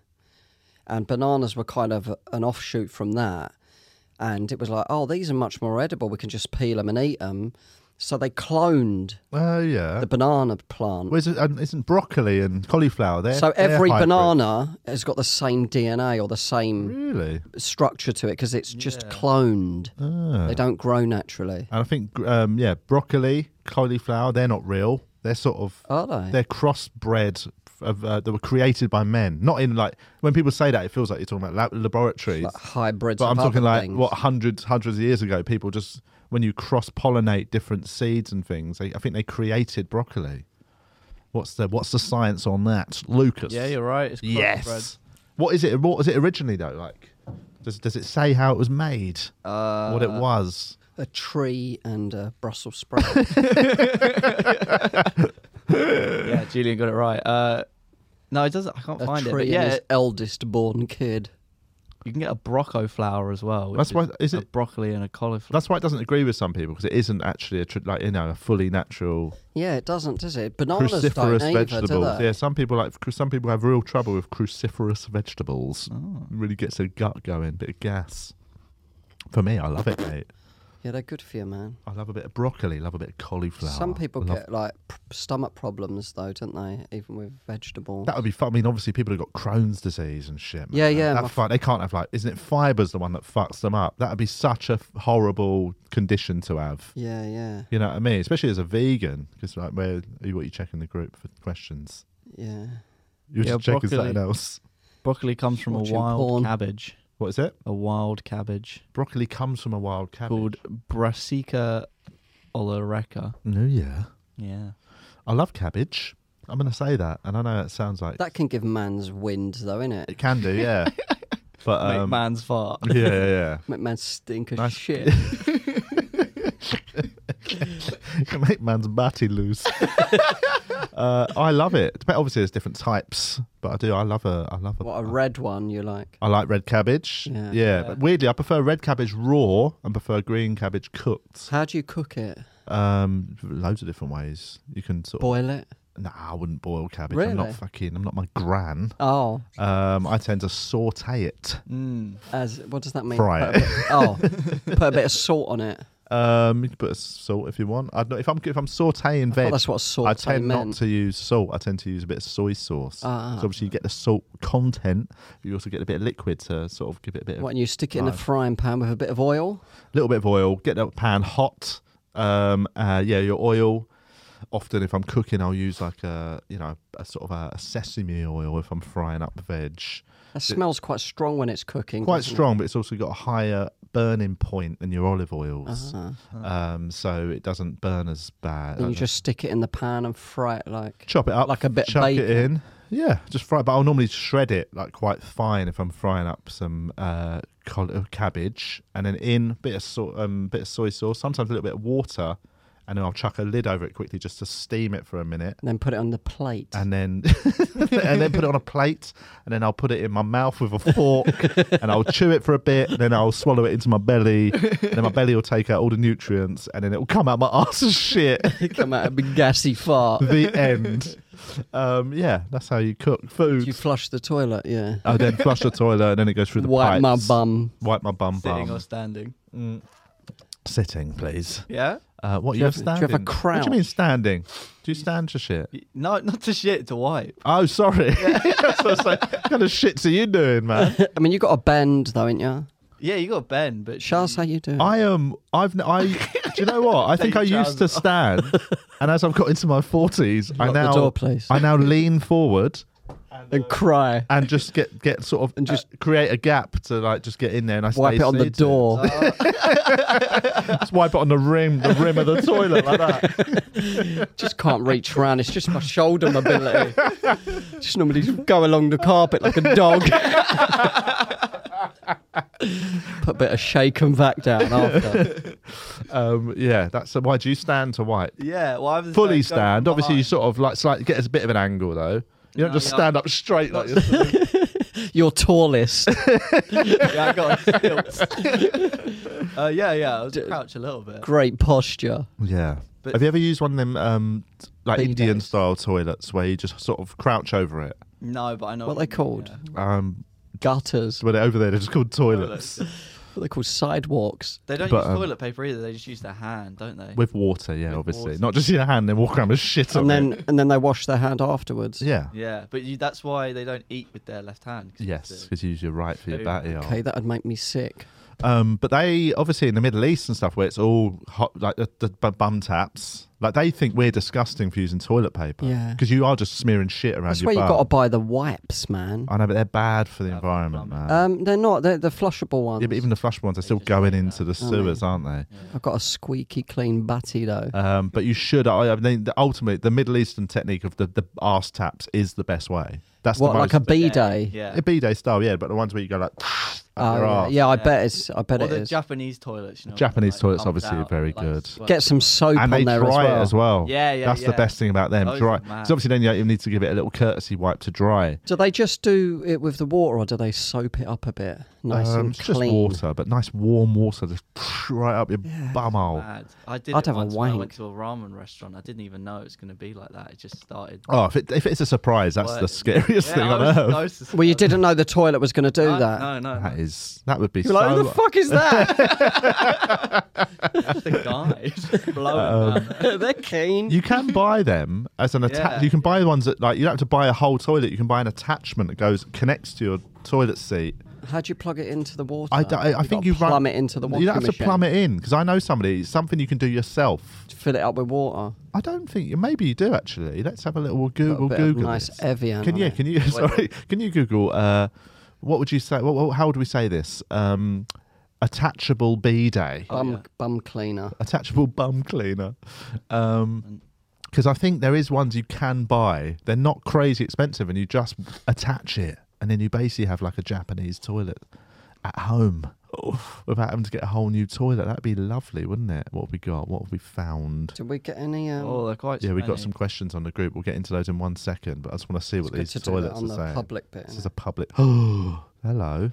S5: and bananas were kind of an offshoot from that. And it was like, oh, these are much more edible. We can just peel them and eat them. So they cloned
S4: oh yeah.
S5: the banana plant.
S4: well, isn't, um, isn't broccoli and cauliflower there?
S5: so every banana has got the same DNA or the same
S4: Really? Ah.
S5: structure to it because it's just cloned.
S4: Uh.
S5: They don't grow naturally.
S4: And I think, gr- um, yeah, broccoli, cauliflower, they're not real. They're sort of,
S5: Are they?
S4: they're crossbred of, uh, that were created by men. Not in like, when people say that, it feels like you're talking about lab- laboratories.
S5: like hybrids.
S4: but
S5: of
S4: I'm
S5: other
S4: talking like,
S5: things.
S4: what, hundreds, hundreds of years ago, people just, when you cross pollinate different seeds and things, they, I think they created broccoli. What's the, what's the science on that? Lucas.
S2: Yeah, you're right. It's crossbred.
S4: Yes. What is it? What was it originally though? Like, does, does it say how it was made? Uh, what it was?
S5: A tree and a Brussels sprout.
S2: Yeah, Julian got it right. Uh, no, it doesn't. I can't
S5: a
S2: find it.
S5: tree
S2: But
S5: and
S2: yeah,
S5: his eldest born kid.
S2: you can get a brocco flower as well. which
S4: That's why- is
S2: a
S4: it-
S2: broccoli and a cauliflower?
S4: That's why it doesn't agree with some people because it isn't actually a tr- like you know a fully natural
S5: Yeah, it doesn't, does it? Bananas don't
S4: cruciferous
S5: either, do
S4: vegetables.
S5: they?
S4: Yeah, some people like cru- some people have real trouble with cruciferous vegetables.
S5: Oh.
S4: Really gets their gut going, bit of gas. For me, I love it, mate.
S5: Yeah, they're good for you, man.
S4: I love a bit of broccoli, love a bit of cauliflower.
S5: Some people
S4: love-
S5: get like p- stomach problems, though, don't they? Even with vegetable.
S4: that would be fun. I mean, obviously, people have got Crohn's disease and shit. Man.
S5: Yeah, yeah, my
S4: That fun. They can't have like, isn't it fibers the one that fucks them up? That would be such a f- horrible condition to have.
S5: yeah, yeah,
S4: You know what I mean? Especially as a vegan, because like, where are you? What you checking the group for questions?
S5: yeah.
S4: You're
S2: Yeah,
S4: just checking
S2: broccoli.
S4: something else.
S2: broccoli comes from a
S5: Watching
S2: wild
S5: porn.
S2: cabbage.
S4: What is it?
S2: A wild cabbage
S4: Broccoli comes from a wild cabbage.
S2: called Brassica oleracea.
S4: No, yeah.
S2: Yeah.
S4: I love cabbage. I'm going to say that, and I know it sounds like
S5: That can give man's wind, though, innit?
S4: it can do, yeah. but
S2: Make
S4: um,
S2: man's fart.
S4: yeah, yeah, yeah.
S5: Make man stink as
S4: Nice.
S5: shit.
S4: It can make man's batty loose. uh, I love it. But obviously, there's different types, but I do. I love a. I love a.
S5: what a red one you like.
S4: I like red cabbage.
S5: Yeah.
S4: but weirdly, I prefer red cabbage raw and prefer green cabbage cooked.
S5: How do you cook it?
S4: Um, loads of different ways you can sort.
S5: Boil it?
S4: of, nah, I wouldn't boil cabbage. I'm
S5: Really?
S4: not fucking. I'm not my gran.
S5: Oh,
S4: Um, I tend to saute it.
S2: Mm.
S5: as what does that mean?
S4: Fry
S5: Put a
S4: it.
S5: bit- oh, put a bit of salt on it.
S4: Um, you can put a salt if you want. I don't, if I'm if I'm sauteing
S5: Well,
S4: veg,
S5: that's what salt
S4: I tend
S5: meant.
S4: not to use salt. I tend to use a bit of soy sauce.
S5: Ah.
S4: so obviously you get the salt content, but you also get a bit of liquid to sort of give it a bit of
S5: Why don't you stick it in a frying pan with a bit of oil?
S4: little bit of oil, get that pan hot. Um, uh, yeah, your oil. Often, if I'm cooking, I'll use like a you know a sort of a, sesame oil if I'm frying up veg.
S5: That smells quite strong when it's cooking.
S4: Quite
S5: doesn't it?
S4: strong, but it's also got a higher burning point than your olive oils, um, so it doesn't burn as bad.
S5: And Ah, you
S4: Uh,
S5: just stick it in the pan and fry it like.
S4: chop it up,
S5: like a bit of
S4: chuck it
S5: bacon.
S4: in. Yeah, just fry. But I'll normally shred it like quite fine if I'm frying up some uh, col- uh, cabbage, and then in bit of so- um, bit of soy sauce, sometimes a little bit of water, and and then I'll chuck a lid over it quickly just to steam it for a minute.
S5: and then put it on the plate.
S4: And then, and then put it on a plate, and then I'll put it in my mouth with a fork, and I'll chew it for a bit, and then I'll swallow it into my belly, and then my belly will take out all the nutrients, and then it will come out my arse as shit.
S5: Come out a big gassy fart.
S4: the end. Um, yeah, that's how you cook food.
S5: You flush the toilet, yeah.
S4: I then flush the toilet, and then it goes through the
S5: Wipe my
S4: pipes.
S5: bum.
S4: Wipe my bum.
S2: Sitting
S4: bum. Mm.
S2: or standing.
S4: Sitting, please.
S2: Yeah?
S4: Uh, what
S5: Do
S4: you,
S5: you
S4: have
S5: have- do you
S4: standing?
S5: have a
S4: What do
S5: crouch?
S4: you mean standing? Do you stand to shit?
S2: Y- No, not to shit, to wipe.
S4: Oh, sorry. That's what I was like. What kind of shits are you doing, man?
S5: I mean, you got a bend though, ain't you?
S2: Yeah, you got Ben, but
S5: Charles, how you doing?
S4: I Um, I've. n- I. Do you know what? I think I
S2: Take your
S4: used to stand, and as I've got into my forties, I
S5: Lock the
S4: now
S5: door, please.
S4: I now lean forward
S5: and cry.
S4: and just get get sort of and
S5: And
S4: just
S5: just
S4: create a gap to like just get in there and I
S5: Wipe
S4: stay
S5: it on the
S4: seated.
S5: door.
S4: Just wipe it on the rim, the rim of the toilet like that.
S5: just can't reach round. It's just my shoulder mobility. just normally just go along the carpet like a dog. Put a bit of shake and vac down after.
S4: Um, yeah, that's why do you stand to wipe?
S2: yeah, well, I'm
S4: Fully stand. Obviously, you sort of like slightly get a bit of an angle though. You don't
S2: No,
S4: just
S2: yeah.
S4: stand up straight like you're
S5: You're tallest.
S2: yeah, I got on stilts. uh, yeah, yeah, I was crouch a little bit.
S5: Great posture.
S4: Yeah.
S2: But-
S4: Have you ever used one of them um, t- like
S5: Big
S4: Indian
S5: days.
S4: style toilets where you just sort of crouch over it?
S2: No, but I know
S5: What
S2: you
S5: they
S2: mean,
S5: called?
S2: yeah.
S4: Um,
S5: Gutters. What
S4: but over there, they're just called
S5: Oh,
S4: toilets
S5: they called sidewalks.
S2: They don't
S4: But,
S2: use
S4: um,
S2: toilet paper either. They just use their hand, don't they?
S4: with water. Yeah,
S2: With
S4: obviously,
S2: water.
S4: not just in your hand. Then walk around with shit on
S5: And
S4: it.
S5: then and then they wash their hand afterwards.
S4: Yeah.
S2: yeah, but you, that's why they don't eat with their left hand. 'cause it's
S4: Yes,
S2: the-
S4: because you use your right for your
S2: Boom.
S4: batty arm.
S5: Okay, that'd make me sick.
S4: Um, but they obviously in the Middle East and stuff where it's all hot, like the, the bu- bum taps. Like they think we're disgusting for using toilet paper.
S5: Yeah.
S4: because you are just smearing shit around
S5: That's
S4: your
S5: where you
S4: bum.
S5: got to buy the wipes, man.
S4: I know, but they're bad for the
S2: Bad for the
S4: environment,
S2: plumbing.
S4: man.
S5: Um, they're not. They're the flushable ones.
S4: yeah, but even the flush ones are still
S2: just
S4: going
S2: like
S4: into the
S5: aren't
S4: sewers,
S5: they?
S4: aren't they?
S5: I've got a squeaky clean batty though.
S4: Um, but you should. I, I mean, the, ultimately, the Middle Eastern technique of the, the arse taps is the best way. That's
S5: what,
S4: the
S5: like
S4: most,
S5: a b day?
S2: Yeah.
S4: a bidet style, yeah. But the ones where you go like up
S5: Oh,
S4: your
S5: yeah.
S4: arse.
S5: yeah, I
S2: Yeah.
S5: bet it's. I bet
S2: Or
S5: it
S2: the
S5: is.
S2: Japanese toilets, you know.
S4: Japanese
S2: where,
S4: toilets obviously
S2: pumped
S4: are very
S2: like,
S4: good.
S2: squirt
S5: Get some
S2: it.
S5: soap
S4: and
S5: on
S4: they
S5: there
S4: dry
S5: as well.
S4: it as well.
S2: Yeah, yeah,
S4: That's the
S2: yeah.
S4: best thing about them.
S2: Those
S4: dry.
S2: are
S4: So
S2: mad.
S4: obviously, then you you need to give it a little courtesy wipe to dry.
S5: Do they just do it with the water, or do they soap it up a bit, nice
S4: Um,
S5: and
S4: it's just
S5: clean?
S4: water, but nice warm water just right up your bum hole.
S2: Mad. I did.
S5: I'd
S2: it
S5: have a
S2: once when I
S5: wank.
S2: went to a ramen restaurant. I didn't even know it was going to be like that. It just started.
S4: Oh, if, it, if it's a surprise, that's the
S2: working.
S4: scariest
S2: Yeah,
S4: thing
S2: I
S4: on
S2: was
S4: earth.
S2: so sus-
S5: Well, you didn't know the toilet was going to do
S2: No,
S5: that.
S2: No, no,
S4: That
S2: no.
S4: is that would be
S5: You're like,
S4: so.
S5: who the fuck is that?
S2: That's the guy. Blowing
S4: Um,
S2: man.
S5: They're keen.
S4: You can buy them as an attach.
S2: Yeah.
S4: You can buy the ones that like you don't have to buy a whole toilet. You can buy an attachment that goes connects to your toilet seat.
S5: How do you plug it into the water?
S4: I, d- I- I
S5: Uh, You've
S4: think
S5: gotta
S4: you run-
S5: plumb it into the water.
S4: You don't have to plumb it in because I know somebody. It's something you can do yourself.
S5: Fill it up with water.
S4: I don't think you. Maybe you do actually. Let's have a little
S5: Got
S4: Google.
S5: a bit of
S4: Google
S5: nice
S4: this.
S5: Evian.
S4: Can
S5: on
S4: yeah?
S5: it.
S4: Can you? Sorry. Can you Google? Uh, what would you say? What, what- how would we say this? Um, attachable B day.
S5: bum
S2: Oh, yeah.
S5: bum cleaner?
S4: attachable bum cleaner. Um 'cause because I think there is ones you can buy. They're not crazy expensive, and you just attach it, and then you basically have like a Japanese toilet at home without having to get a whole new toilet. That'd be lovely, wouldn't it? What have we got? What have we found?
S5: Did we get any? Um,
S2: Oh, they're quite.
S4: Yeah, we got
S2: smelly.
S4: some questions on the group. We'll get into those in one second, but I just want to see
S5: it's
S4: what
S5: good
S4: these
S5: to do that
S4: toilets
S5: on
S4: are
S5: the
S4: saying.
S5: public bit.
S4: This
S5: innit?
S4: is a public. Hello.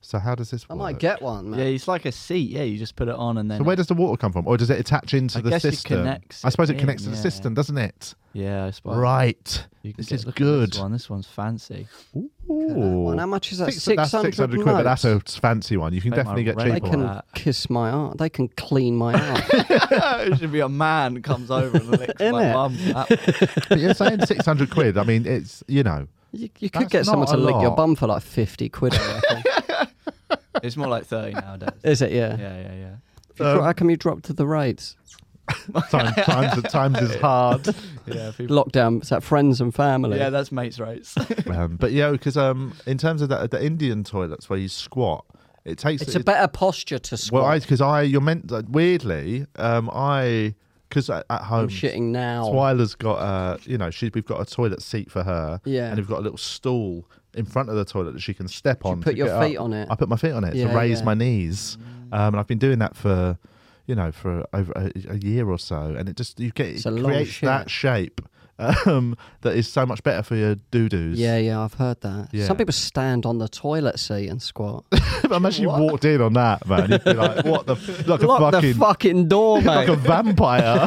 S4: So how does this
S5: I
S4: work?
S5: might get one, man.
S2: Yeah, it's like a seat. Yeah, you just put it on and then.
S4: So where does the water come from, or does it attach into
S2: I
S4: the
S2: guess it
S4: system?
S2: connects
S4: I suppose
S2: it
S4: it connects
S2: in,
S4: to the
S2: yeah.
S4: system, doesn't it?
S2: Yeah, I suppose.
S4: Right.
S2: You can
S4: This
S2: get-
S4: is
S2: look at this
S4: good.
S2: one. This one's fancy.
S5: Look at that
S4: Ooh.
S5: one. How much is that?
S4: Six- that's
S5: 600
S4: quid, but that's a
S5: notes?
S4: fancy one. You can
S2: Take my
S4: definitely get
S2: rate
S5: They
S4: cheaper.
S2: People
S5: can
S4: ones.
S2: like that.
S5: kiss my arse. They can clean my arse.
S2: it should be a man comes over and licks my
S5: Innit?
S2: bum. That-
S4: but you're saying six hundred quid. I mean, it's you know,
S5: you, you could
S4: That's
S5: get someone
S4: not
S5: to
S4: a
S5: lick your
S4: lot.
S5: bum for like 50 quid, I reckon.
S2: It's more like thirty nowadays.
S5: Is it? Yeah.
S2: Yeah, yeah, yeah.
S5: If you
S4: Um,
S5: dro- how come you dropped to the rates?
S4: time, times times is hard.
S2: Yeah, people.
S5: Lockdown. It's that friends and family.
S2: Yeah, that's mates' rates.
S4: Um, but yeah, because um, in terms of that, the Indian toilets where you squat, it takes
S5: it's
S4: it-
S5: a better posture to squat.
S4: Well, I because I you're meant like, weirdly, um, I because at at home
S5: I'm shitting now.
S4: Twyla's got uh, you know, she we've got a toilet seat for her.
S5: Yeah.
S4: And we've got a little stool in front of the toilet that she can step on.
S5: put
S4: to
S5: your
S4: get
S5: feet
S4: up.
S5: on it?
S4: I put my feet on it
S5: Yeah,
S4: to raise
S5: yeah.
S4: my knees. Um, and I've been doing that for you know, for over a, a year or so, and it just you get
S5: It's
S4: it
S5: a lot of
S4: creates
S5: shit.
S4: that shape um, that is so much better for your doo doos.
S5: Yeah, yeah, I've heard that.
S4: Yeah.
S5: Some people stand on the toilet seat and squat.
S4: Imagine you walked in on that, man. You'd be like, "What the like
S5: Lock
S4: a fucking."
S5: the fucking door,
S4: like
S5: mate.
S4: a vampire.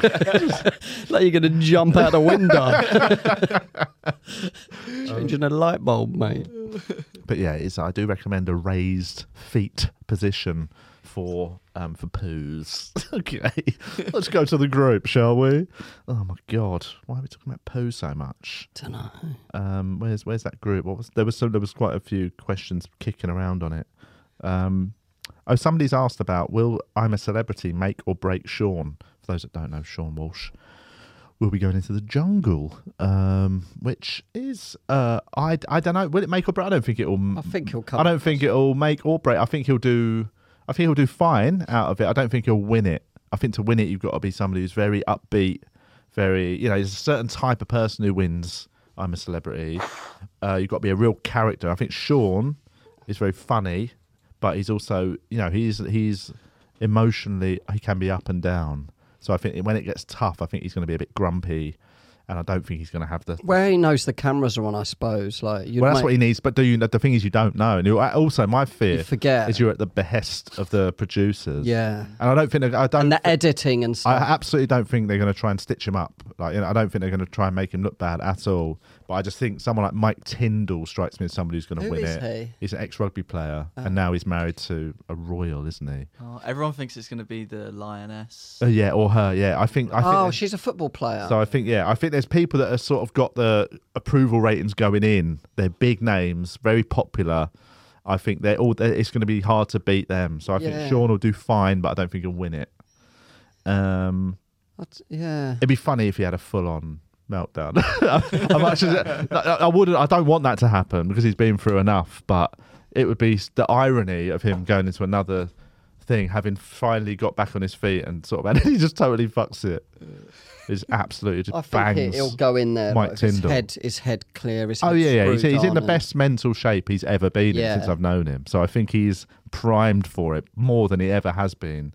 S5: like you're gonna jump out a window. Changing a light bulb, mate.
S4: but yeah, it's, I do recommend a raised feet position for um for poos. okay, let's go to the group, shall we? Oh my god, why are we talking about poo so much?
S5: Dunno.
S4: Um, where's where's that group? What was there was some there was quite a few questions kicking around on it. Um, oh, somebody's asked about will I'm a celebrity make or break Sean? For those that don't know, Sean Walsh will be going into the jungle, um, which is uh, I I don't know. Will it make or break? I don't think it will.
S5: I think he'll come.
S4: Mm, I don't think it'll make or break. I think he'll do. I think he'll do fine out of it. I don't think he'll win it. I think to win it, you've got to be somebody who's very upbeat, very you know, there's a certain type of person who wins. I'm a celebrity. Uh, you've got to be a real character. I think Sean is very funny, but he's also you know he's he's emotionally he can be up and down. So I think when it gets tough, I think he's going to be a bit grumpy, and I don't think he's going to have the
S5: Where he knows the cameras are on, I suppose. Like you
S4: well, that's what he needs. But do you? The thing is, you don't know. And you, also, my fear
S5: You forget.
S4: is you're at the behest of the producers.
S5: Yeah.
S4: and I don't think they're- I don't.
S5: and the editing and
S4: I
S5: stuff.
S4: absolutely don't think they're going to try and stitch him up. Like, you know, I don't think they're going to try and make him look bad at all. But I just think someone like Mike Tyndall strikes me as somebody who's going to
S5: Who
S4: win
S5: is
S4: it.
S5: he? Oh.
S4: He's an ex-rugby player, and now he's married to a royal, isn't he?
S2: Oh, everyone thinks it's going to be the lioness.
S4: Uh, yeah, or her. Yeah, I think. I think
S5: oh,
S4: that-
S5: she's a football player.
S4: So I think yeah, I think there's people that have sort of got the approval ratings going in. They're big names, very popular. I think they're all. It's going to be hard to beat them. So I
S5: Yeah.
S4: think Sean will do fine, but I don't think he'll win it. Um,
S5: That's- yeah.
S4: it'd be funny if he had a full-on meltdown. I'm actually, I I wouldn't. I don't want that to happen because he's been through enough. But it would be the irony of him going into another thing, having finally got back on his feet and sort of, and he just totally fucks it. It's absolutely just
S5: I think
S4: bangs.
S5: he, he'll go in there.
S4: Mike
S5: but his
S4: Tyndall.
S5: head, his head clear. His
S4: Oh
S5: head's
S4: yeah, yeah. He's,
S5: screwed
S4: he's in
S5: on
S4: the
S5: and-
S4: best mental shape he's ever been in since
S5: Yeah.
S4: I've known him. So I think he's primed for it more than he ever has been.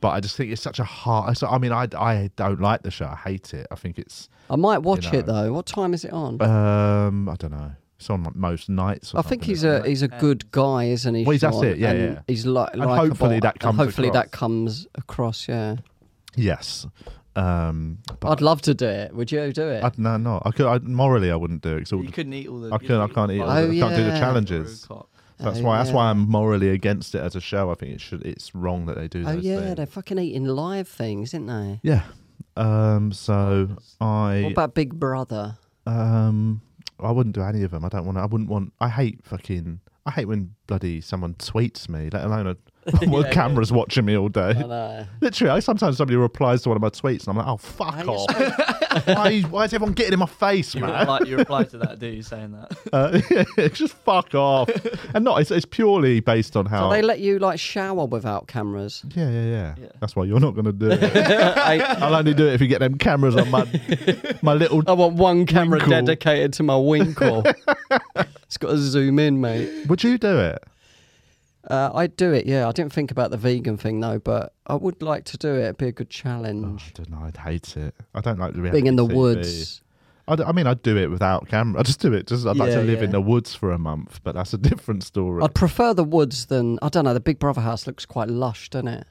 S4: But I just think it's such a hard. so- I mean, I, I don't like the show. I hate it. I think it's
S5: I might watch
S4: know.
S5: it though. What time is it on?
S4: um I don't know. It's on like, most nights. Or
S5: I think
S4: something,
S5: he's
S4: isn't
S5: a
S4: it?
S5: he's a good guy, isn't he?
S4: Well, he's- that's
S5: Sean?
S4: it, yeah,
S5: And
S4: yeah.
S5: He's like,
S4: And hopefully that comes
S5: Hopefully that
S4: across.
S5: comes across. Yeah,
S4: yes. Um, but
S5: I'd love to do it. Would you do it?
S4: I'd, no, no. I could. I, morally, I wouldn't do it. 'cause all
S2: You
S4: the-
S2: couldn't eat all the.
S4: I
S2: you
S4: couldn't. I can't eat.
S2: all
S4: all the-
S5: Oh,
S4: I can't do the
S5: yeah.
S4: challenges.
S2: Cock.
S4: That's
S5: Oh,
S4: why. That's
S5: yeah.
S4: why I'm morally against it as a show. I think it should. It's wrong that they do.
S5: oh
S4: those
S5: yeah,
S4: things.
S5: they're fucking eating live things, aren't they?
S4: Yeah.
S5: Oh,
S4: Um, so
S5: What
S4: I
S5: about Big Brother?
S4: um I wouldn't do any of them. I don't want to. I wouldn't want. I hate fucking. I hate when bloody someone tweets me, let alone a well, camera's watching me all day.
S5: I know.
S4: Literally, I sometimes somebody replies to one of my tweets, and I'm like, "Oh fuck
S5: I
S4: off! why, why is everyone getting in my face,
S2: You
S4: man?
S2: reply, you reply to that, do you? Saying that.
S4: Uh, just fuck off!" and not. It's, it's purely based on
S5: So
S4: how.
S5: they let you like shower without cameras.
S4: yeah, yeah, yeah,
S2: Yeah.
S4: That's why you're not going to do it.
S5: I,
S4: I'll only do it if you get them cameras on my my little
S5: I want one camera
S4: Winkle.
S5: dedicated to my winkle. it's got to zoom in, mate.
S4: Would you do it?
S5: Uh, I'd do it, yeah. I didn't think about the vegan thing though, but I would like to do it. It'd be a good
S4: I
S5: challenge.
S4: don't know. I'd hate it. I don't like the reality
S5: Being in the
S4: TV.
S5: woods.
S4: I, d- I mean, I'd do it without camera. I just do it. Just I'd like to
S5: Yeah,
S4: live in
S5: yeah.
S4: the woods for a month, but that's a different story.
S5: I'd prefer the woods than I don't know. The Big Brother house looks quite lush, doesn't it?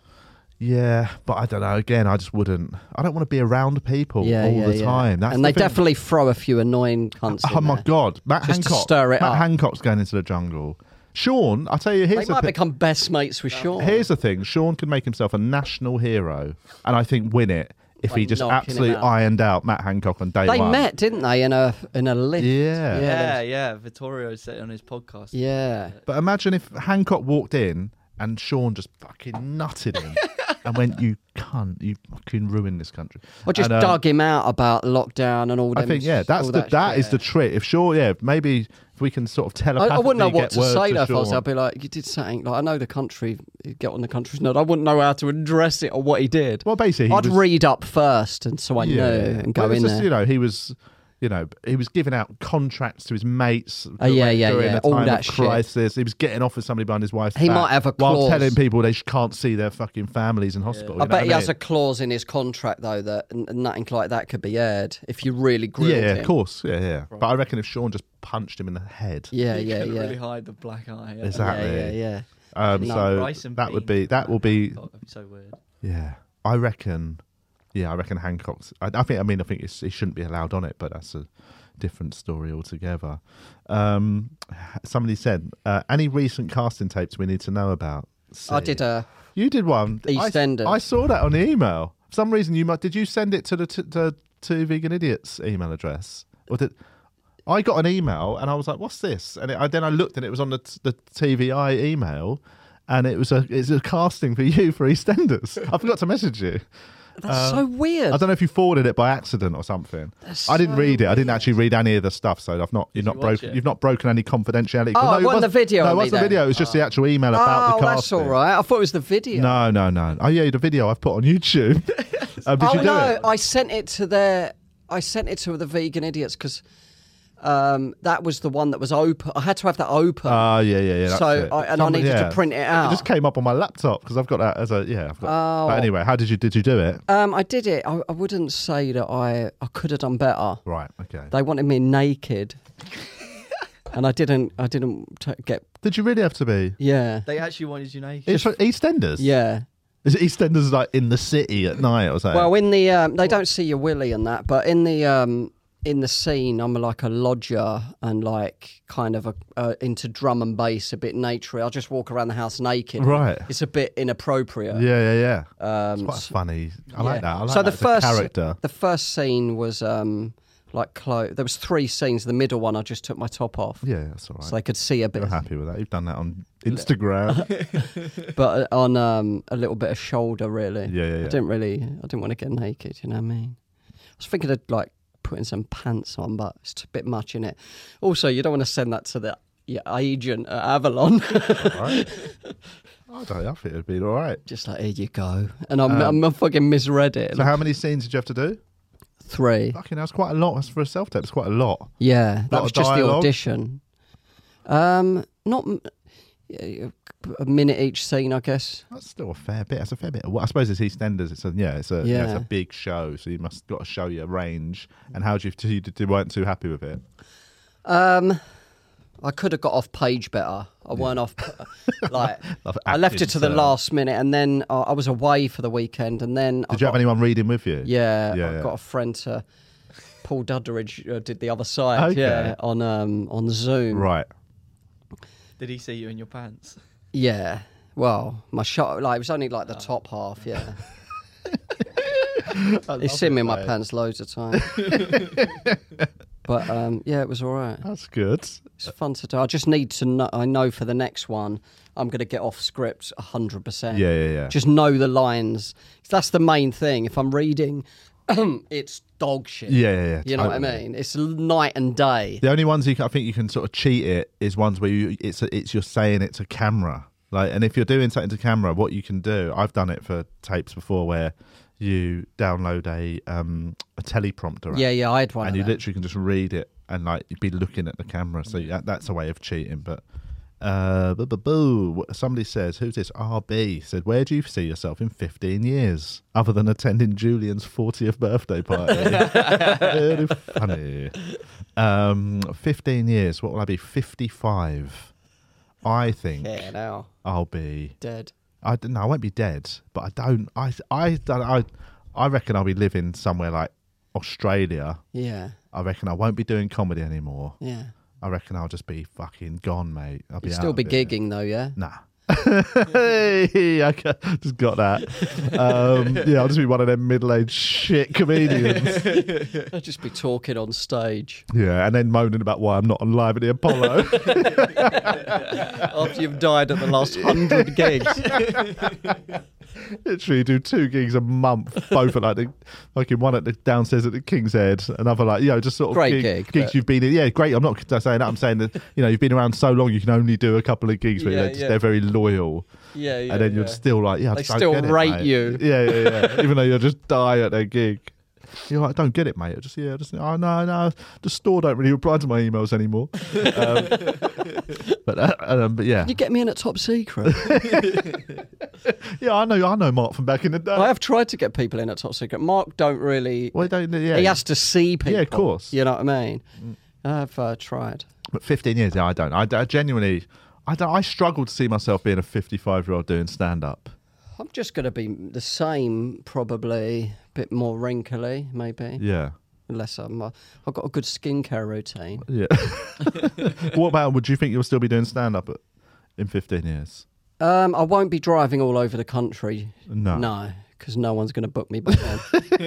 S4: yeah, but I don't know. Again, I just wouldn't. I don't want to be around people
S5: yeah,
S4: Oh, all
S5: yeah,
S4: the
S5: yeah.
S4: time. That's
S5: and
S4: the
S5: they
S4: thing.
S5: definitely throw a few annoying cunts.
S4: Oh
S5: in
S4: my
S5: there.
S4: god, Matt
S5: Just to
S4: Hancock.
S5: stir it
S4: Matt
S5: up.
S4: Hancock's going into the jungle. Sean, I'll tell you. Here's
S5: They
S4: the
S5: might
S4: thi-
S5: become best mates with Sean.
S4: Here's the thing: Sean could make himself a national hero, and I think win it if
S5: By
S4: he just
S5: knocking him
S4: absolutely
S5: out.
S4: ironed out Matt Hancock on day
S5: they
S4: one.
S5: met, didn't they? In a in a lift.
S4: Yeah.
S5: Yeah.
S2: Yeah, yeah. Vittorio said on his podcast.
S5: yeah.
S4: But imagine if Hancock walked in and Sean just fucking nutted him and went, "You cunt, you fucking ruined this country."
S5: Or just
S4: And, um,
S5: dug him out about lockdown and all.
S4: I
S5: them
S4: think yeah,
S5: s-
S4: that's
S5: all
S4: the
S5: that,
S4: that
S5: shit.
S4: is the trick. If Sean, yeah, maybe if we can sort of
S5: I,
S4: telepathically
S5: I wouldn't know what
S4: get
S5: to
S4: word
S5: say
S4: to
S5: though. If I was,
S4: Sean.
S5: I'd be like, you did something. Like I know the country, you get on the country's note. I wouldn't know how to address it or what he did.
S4: well, basically, he
S5: I'd
S4: was,
S5: read up first, and so I
S4: yeah,
S5: knew and go
S4: Well, it's
S5: in
S4: just,
S5: there.
S4: You know, he was you know, he was giving out contracts to his mates.
S6: Oh, yeah,
S4: during
S6: yeah,
S4: during
S6: yeah.
S4: a
S6: All
S4: time
S6: that
S4: of
S6: shit.
S4: crisis. He was getting off with somebody behind his wife's
S6: He
S4: back
S6: might have a
S4: while
S6: clause.
S4: telling people they sh- can't see their fucking families in hospital.
S5: I
S4: you know what
S5: bet he
S4: mean?
S5: has a clause in his contract though that n- nothing like that could be aired if you really grilled
S4: Yeah, yeah,
S5: him.
S4: of course. Yeah, yeah. But I reckon if Sean just punched him in the head.
S5: Yeah,
S2: You
S5: yeah,
S2: couldn't
S5: yeah.
S2: really hide the black eye. yeah.
S4: Exactly.
S5: Yeah, yeah, yeah.
S4: Um,
S5: No,
S4: so
S2: Bryson
S4: that would
S2: Bean.
S4: be that will be
S2: God, that'd be so weird.
S4: yeah. I reckon yeah, I reckon Hancock's I, I think I mean I think it's, he shouldn't be allowed on it, but that's a different story altogether. Um, somebody said uh, any recent casting tapes we need to know about.
S5: I did uh, a
S4: You did one. I-
S5: EastEnders.
S4: I, saw that on the email. For some reason, you might. Did you send it to the t- to to Vegan Idiots email address? Or did I got an email and I was like, "What's this?" And it, I, then I looked and it was on the t- the TVI email, and it was a it's a casting for you for EastEnders. I forgot to message you.
S5: that's so weird.
S4: Um, I don't know if you forwarded it by accident or something. I didn't read it. I didn't actually read any of the stuff, so I've not you've not
S2: you watch
S4: broken
S2: it?
S4: you've not broken any confidentiality.
S5: Oh, it
S4: it
S5: wasn't the video
S4: No,
S5: on
S4: it
S5: me
S4: wasn't the
S5: then.
S4: video. It was just the actual email about
S5: oh,
S4: the casting.
S5: that's all right. I thought it was the video.
S4: No, no, no. Oh yeah, the video I've put on YouTube. um, did
S5: oh
S4: you do
S5: no,
S4: it?
S5: I sent it to their. I sent it to the vegan idiots because um, that was the one that was open. I had to have that open.
S4: Oh yeah, yeah, yeah. that's
S5: So,
S4: it.
S5: I- and I
S4: Some-
S5: needed to
S4: yeah.
S5: print it out.
S4: just came up on my laptop because I've got that as a yeah. I've got,
S5: Oh.
S4: But anyway, how did you did you do it?
S5: um, I did it. I, I wouldn't say that I I could have done better.
S4: Right. Okay.
S5: They wanted me naked, and I didn't. I didn't t- get.
S4: Did you really have to be?
S5: Yeah,
S2: They actually wanted you naked.
S4: It's for EastEnders.
S5: yeah.
S4: Is it EastEnders like in the city at night or something?
S5: Well, in the um, they don't see your willy and that, but in the um, in the scene, I'm like a lodger and like kind of a, uh, into drum and bass, a bit naturey. I just walk around the house naked.
S4: Right.
S5: It's a bit inappropriate.
S4: yeah, yeah, yeah.
S5: Um,
S4: Quite funny. I like that. I like
S5: so
S4: that
S5: the
S4: as a
S5: first
S4: character.
S5: the first scene was um, like clo- there was three scenes. The middle one, I just took my top off.
S4: Yeah, Uh-huh. that's all right.
S5: So they could see a bit,
S4: You're happy with that. You've done that on Instagram.
S5: but on um, a little bit of shoulder, really.
S4: Yeah, yeah,
S5: I
S4: yeah.
S5: didn't really, I didn't want to get naked. You know what I mean? I was thinking of like putting some pants on, but it's a bit much in it. Also, you don't want to send that to the your agent at Avalon.
S4: all right. I don't. know, I think it'd be all right.
S5: Just like here you go, and I'm, I'm I fucking misread it.
S4: Um, So how many scenes did you have to do?
S5: Three,
S4: Fucking, that's quite a lot. That's for a self tape. It's quite a lot.
S5: yeah,
S4: lot
S5: that was
S4: of
S5: just the
S4: dialogue.
S5: audition. Um, not m- yeah, a minute each scene, I guess.
S4: That's still a fair bit. That's a fair bit. Well, I suppose it's EastEnders. It's a yeah. It's a yeah. It's
S5: Yeah.
S4: a big show, so you must got to show your range. And how do you, you, you weren't too happy with it?
S5: Um, I could have got off page better. I weren't off. Like
S4: Love
S5: I left it
S4: acting,
S5: to the
S4: so-
S5: last minute, and then I I was away for the weekend, and then I
S4: Did you have
S5: got-
S4: anyone reading with you?
S5: Yeah,
S4: Yeah,
S5: I
S4: yeah.
S5: got a friend to. Paul Dudderidge uh, did the other side,
S4: Okay.
S5: yeah, on um on Zoom,
S4: Right.
S2: Did he see you in your pants?
S5: Yeah, well, my shot like it was only like the top half, yeah. He's seen me in my pants loads of times, but um, yeah, it was all right.
S4: That's good.
S5: It's fun to do. I just need to know. I know for the next one, I'm going to get off script 100%.
S4: Yeah, yeah, yeah.
S5: Just know the lines. That's the main thing. If I'm reading, it's dog shit.
S4: Yeah, yeah, yeah,
S5: You know what I
S4: totally.
S5: mean? It's l- night and day.
S4: The only ones you can, I think you can sort of cheat it is ones where you it's it's you're saying it to camera. Like, and if you're doing something to camera, what you can do, I've done it for tapes before, where you download a um a teleprompter. app.
S5: Yeah, yeah, I had one.
S4: and
S5: of
S4: you
S5: them.
S4: literally can just read it and like you'd be looking at the camera. So yeah, that's a way of cheating. But uh, boo, boo, boo. Somebody says, "Who's this?" RB said, "Where do you see yourself in 15 years, other than attending Julian's 40th birthday party?" Very funny. Um, 15 years. What will I be? 55. I think
S5: Yeah, now.
S4: I'll be.
S5: Dead.
S4: I don't know. I won't be dead, but I don't. I I don't. I I reckon I'll be living somewhere like Australia.
S5: Yeah,
S4: I reckon I won't be doing comedy anymore.
S5: yeah.
S4: I reckon I'll just be fucking gone, mate. I'll be
S5: You'd
S4: out
S5: still
S4: of
S5: be
S4: it.
S5: gigging, though, yeah?
S4: Nah. hey, I ca- just got that. Um, yeah, I'll just be one of them middle-aged shit comedians.
S5: I'd just be talking on stage
S4: yeah, and then moaning about why I'm not on live at the Apollo.
S5: after you've died at the last hundred gigs.
S4: Literally do two gigs a month, both at like the fucking one at the downstairs at the King's Head, another like you know just sort of
S5: Great gig,
S4: gigs
S5: but-
S4: you've been in. Yeah, great. I'm not saying that. I'm saying that you know you've been around so long, you can only do a couple of gigs, but
S5: Yeah,
S4: they're, just,
S5: yeah.
S4: they're very loyal.
S5: Yeah, yeah.
S4: and then
S5: yeah.
S4: you're still like, yeah, I
S5: They
S4: just don't
S5: still
S4: get it,
S5: rate
S4: mate.
S5: you.
S4: Yeah, yeah, yeah. Even though you'll just die at their gig. You're like, I don't get it, mate. I just yeah, I just oh no, no. The store don't really reply to my emails anymore. um, but uh, um, but yeah,
S5: You get me in at top secret.
S4: yeah, I know, I know Mark from back in the day.
S5: I have tried to get people in at top secret. Mark don't really.
S4: Well, don't yeah.
S5: He has to see people.
S4: of course. Mm.
S5: You know what I mean? I've uh, tried.
S4: But 15 years, yeah, I don't. I, I genuinely, I, don't, I struggle to see myself being a 55 year old doing stand up.
S5: I'm just going to be the same, probably a bit more wrinkly, maybe.
S4: Yeah.
S5: Unless I'm, uh, I've got a good skincare routine.
S4: Yeah. what about, would you think you'll still be doing stand up in 15 years?
S5: Um, I won't be driving all over the country.
S4: No.
S5: No, because no one's going to book me by then.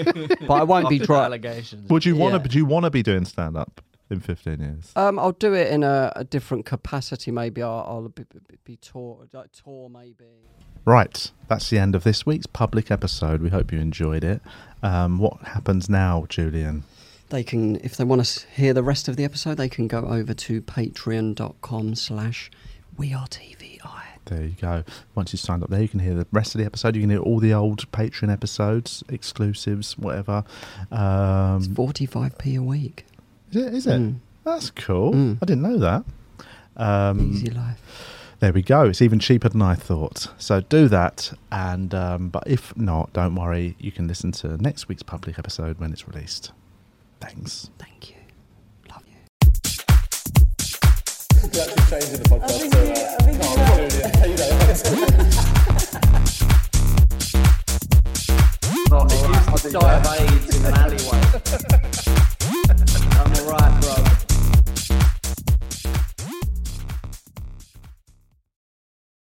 S5: but I won't be
S2: After the
S5: driving.
S2: allegations.
S4: Would you want to,
S5: Yeah.
S4: do you want to be doing stand up in 15 years?
S5: Um, I'll do it in a, a different capacity. Maybe I'll, I'll be, be, be tour, like tour maybe.
S4: Right, that's the end of this week's public episode. We hope you enjoyed it. Um, what happens now, Julian?
S5: They can, if they want to hear the rest of the episode, they can go over to patreon.com slash we are TVI.
S4: There you go. Once you signed up there, you can hear the rest of the episode. You can hear all the old Patreon episodes, exclusives, whatever. Um,
S5: It's 45p a week.
S4: Is it? Is it?
S5: Mm.
S4: That's cool.
S5: Mm.
S4: I didn't know that. Um,
S5: Easy life.
S4: there we go. It's even cheaper than I thought. So do that. And um, but if not, don't worry. You can listen to next week's public episode when it's released. Thanks.
S5: Thank you. Love you.
S1: We're actually changing the podcast. so, uh, no, I'm probably- yeah, you know,
S3: Not if you die of AIDS in an alleyway.